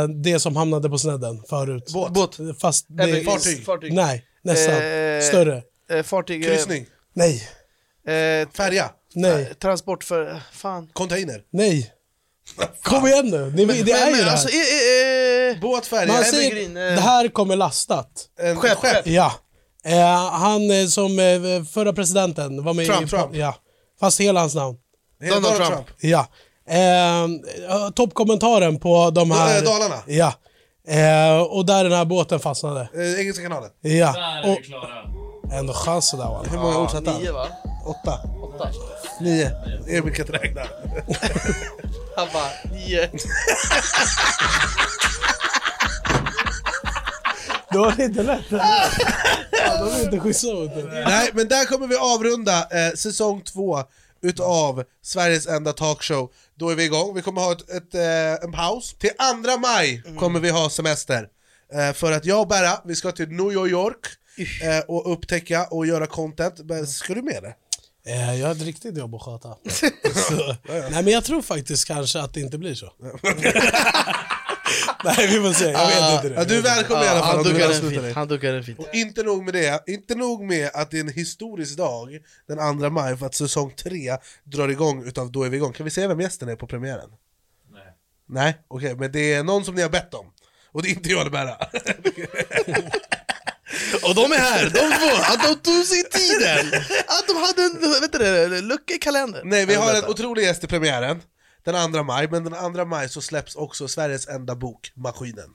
B: Eh, det som hamnade på snedden förut.
A: Båt.
C: Båt.
B: Fast det,
C: Även-
A: fartyg.
C: fartyg.
B: Nej, nästan.
C: Eh,
B: Större.
C: Eh, fartyg. eh,
A: Kryssning.
B: Nej,
C: Eh,
A: Färja.
B: nej,
C: eh, transport för... Fan.
A: Container.
B: nej. Kom igen nu, Ni, det är
C: Men-
B: ju
C: men
B: det här.
C: alltså, eh, eh,
A: Båt, färja.
B: Man
A: en-
B: säger
C: Evergreen, eh.
B: det här kommer lastat.
A: en,
C: Skepp.
A: skepp.
B: Ja. Eh, han eh, som eh, förra presidenten var med
A: Trump,
B: i...
A: Trump.
B: Ja. Fast hela hans namn.
A: Hela
C: Donald
A: Donald
C: Trump.
A: Trump.
B: Ja. Eh, eh, Toppkommentaren på de här...
A: eh, Dalarna.
B: Ja. Eh, och där den här båten fastnade.
A: Eh, Engelska kanalen.
B: Ja. och, Ändå chans sådär va?
A: Hur många ord
C: eh,
A: satt han?
C: Nio va?
A: Åtta. Nio. Emil kan inte räkna.
C: Han bara, nio.
B: Det var inte lätt. Ja, de är inte schyssta mot dig.
A: Nej, men där kommer vi avrunda eh, säsong två utav Sveriges enda talkshow. Då är vi igång. Vi kommer ha ett, ett, eh, en paus. Till 2 maj kommer vi ha semester. Eh, för att jag och Berra, vi ska till New York eh, och upptäcka och göra content. Men, Ska du med det?
B: Eh, Jag har ett riktigt jobb att sköta. Så, nej men jag tror faktiskt kanske att det inte blir så. nej vi får se, jag vet inte det.
A: Ah, Ja, du är välkommen i alla fall
C: han
A: om du vill
C: duckar den
A: ansluta dig.
C: fint. Han duckar den fint.
A: Inte nog med det, inte nog med att det är en historisk dag den 2 maj för att säsong 3 drar igång utav Då är vi igång. Kan vi se vem gästen är på premiären? Nej. Nej, okej, men det är någon som ni har bett om. Och det är inte jag eller Berra.
C: Och de är här, de två! Att de tog sig tiden! Att de hade en vet du, det, lucka i kalendern.
A: Nej, vi
C: Ja,
A: har en
C: vänta.
A: otrolig gäst i premiären. Den 2 maj, men den 2 maj så släpps också Sveriges enda bok, Maskinen.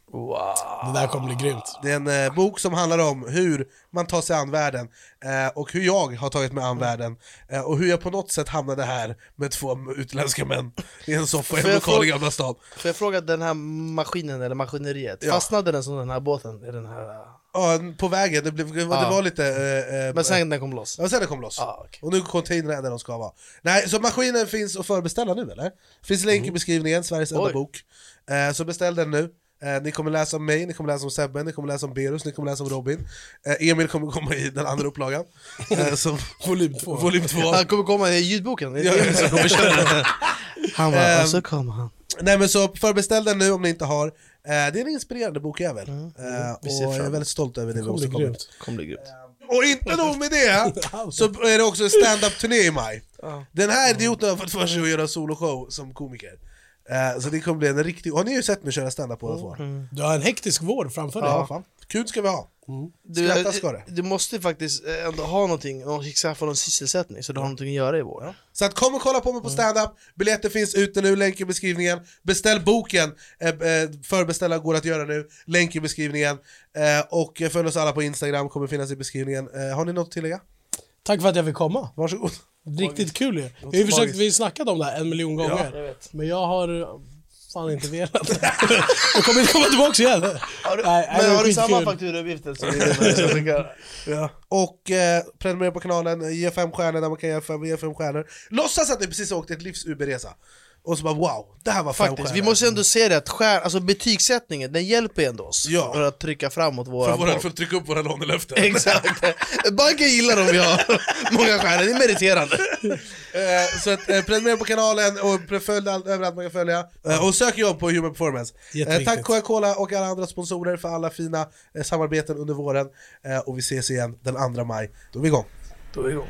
B: Det där kommer bli grymt.
A: Det är en eh, bok som handlar om hur man tar sig an världen eh, och hur jag har tagit mig
C: Mm.
A: an världen eh, och hur jag på något sätt hamnade här med två utländska män i en soffa i
C: Får
A: en
C: jag
A: lokal i
C: fråga-
A: Gamla stan.
C: Får jag fråga, den här maskinen eller maskineriet,
A: Ja.
C: fastnade den som den här båten? I den här...
A: Ja, på vägen, det, blev, det
C: Ja.
A: var lite... Eh, eh,
C: Men sen den kom loss?
A: Ja, sen det kom loss.
C: Ja, Ah, okej.
A: Och nu är containrarna där de ska vara. Nej, så maskinen finns att förbeställa nu eller? Finns länk i beskrivningen, Sveriges enda
C: Mm. Oj.
A: bok. Eh, så beställ den nu. Eh, ni kommer läsa om mig, ni kommer läsa om Sebbe, ni kommer läsa om Berus, ni kommer läsa om Robin. Eh, Emil kommer komma i den andra upplagan. Eh, så,
B: Volym två.
A: volym 2.
C: Han kommer komma i ljudboken.
A: Ja, ja,
C: Han kommer köra. Han bara,
A: Ehm.
C: och så kom han.
A: Nej men så förbeställ den nu om ni inte har. Eh, det är en inspirerande bokjävel. Eh,
C: Mm. vi ser
A: och jag
C: fram
A: är
C: emot.
A: väldigt stolt över det vi
B: Det
A: också
B: kommer bli
A: kommit.
B: grymt.
C: Kommer bli grymt.
A: Och inte nog med det, så är det också en stand-up-turné i maj. Den här idioten har fått för sig att göra soloshow som komiker. Eh, så det kommer bli en riktig... Har ni ju sett mig köra stand-up båda två?
C: Mm.
B: Du har en hektisk vår framför dig.
A: Ja, fan. Kul ska vi ha.
C: Du,
A: Skratta ska det.
C: du måste faktiskt eh, ändå ha någonting, någon- skaffa någon sysselsättning så du har någonting att göra i vår.
A: Så att kom och kolla på mig på
C: Mm.
A: stand-up. biljetter finns ute nu, länk i beskrivningen. Beställ boken, eh, eh, förbeställa går att göra nu, länk i beskrivningen. Eh, och eh, följ oss alla på Instagram, kommer finnas i beskrivningen. Eh, har ni något att tillägga?
B: Tack för att jag fick komma.
A: Varsågod.
B: Riktigt kul ju. Vi har försökt, vi har snackat om det här en miljon gånger.
C: jag vet.
B: Men jag har eh, fan inte velat. jag kommer inte komma tillbaka igen. Har
C: du-
B: nej, nej, det
C: Men
B: var
C: har du samma
B: skitkul.
C: fakturauppgifter som vi
A: Ja. Och eh, prenumerera på kanalen, ge fem stjärnor där man kan ge fem, ge fem stjärnor. Låtsas att ni precis har åkt ett livs Uberresa. Och så bara wow, det här var fem
C: Faktiskt, vi
A: stjärnor.
C: måste ändå se det att skär, alltså betygssättningen, den hjälper ju ändå oss
A: Ja.
C: för att trycka framåt
A: för,
C: våra
A: våra,
C: mål.
A: för att trycka upp våra lånelöften.
C: Exakt. Banken gillar om vi har många stjärnor, det är meriterande.
A: Eh, så att, eh, prenumerera på kanalen och pre- följ all, överallt man kan följa. Eh, och sök jobb på Human Performance. Eh,
B: Jätteviktigt.
A: tack Coca-Cola och alla andra sponsorer för alla fina eh, samarbeten under våren. Eh, och vi ses igen den 2 maj. Då är vi igång. Då är vi igång.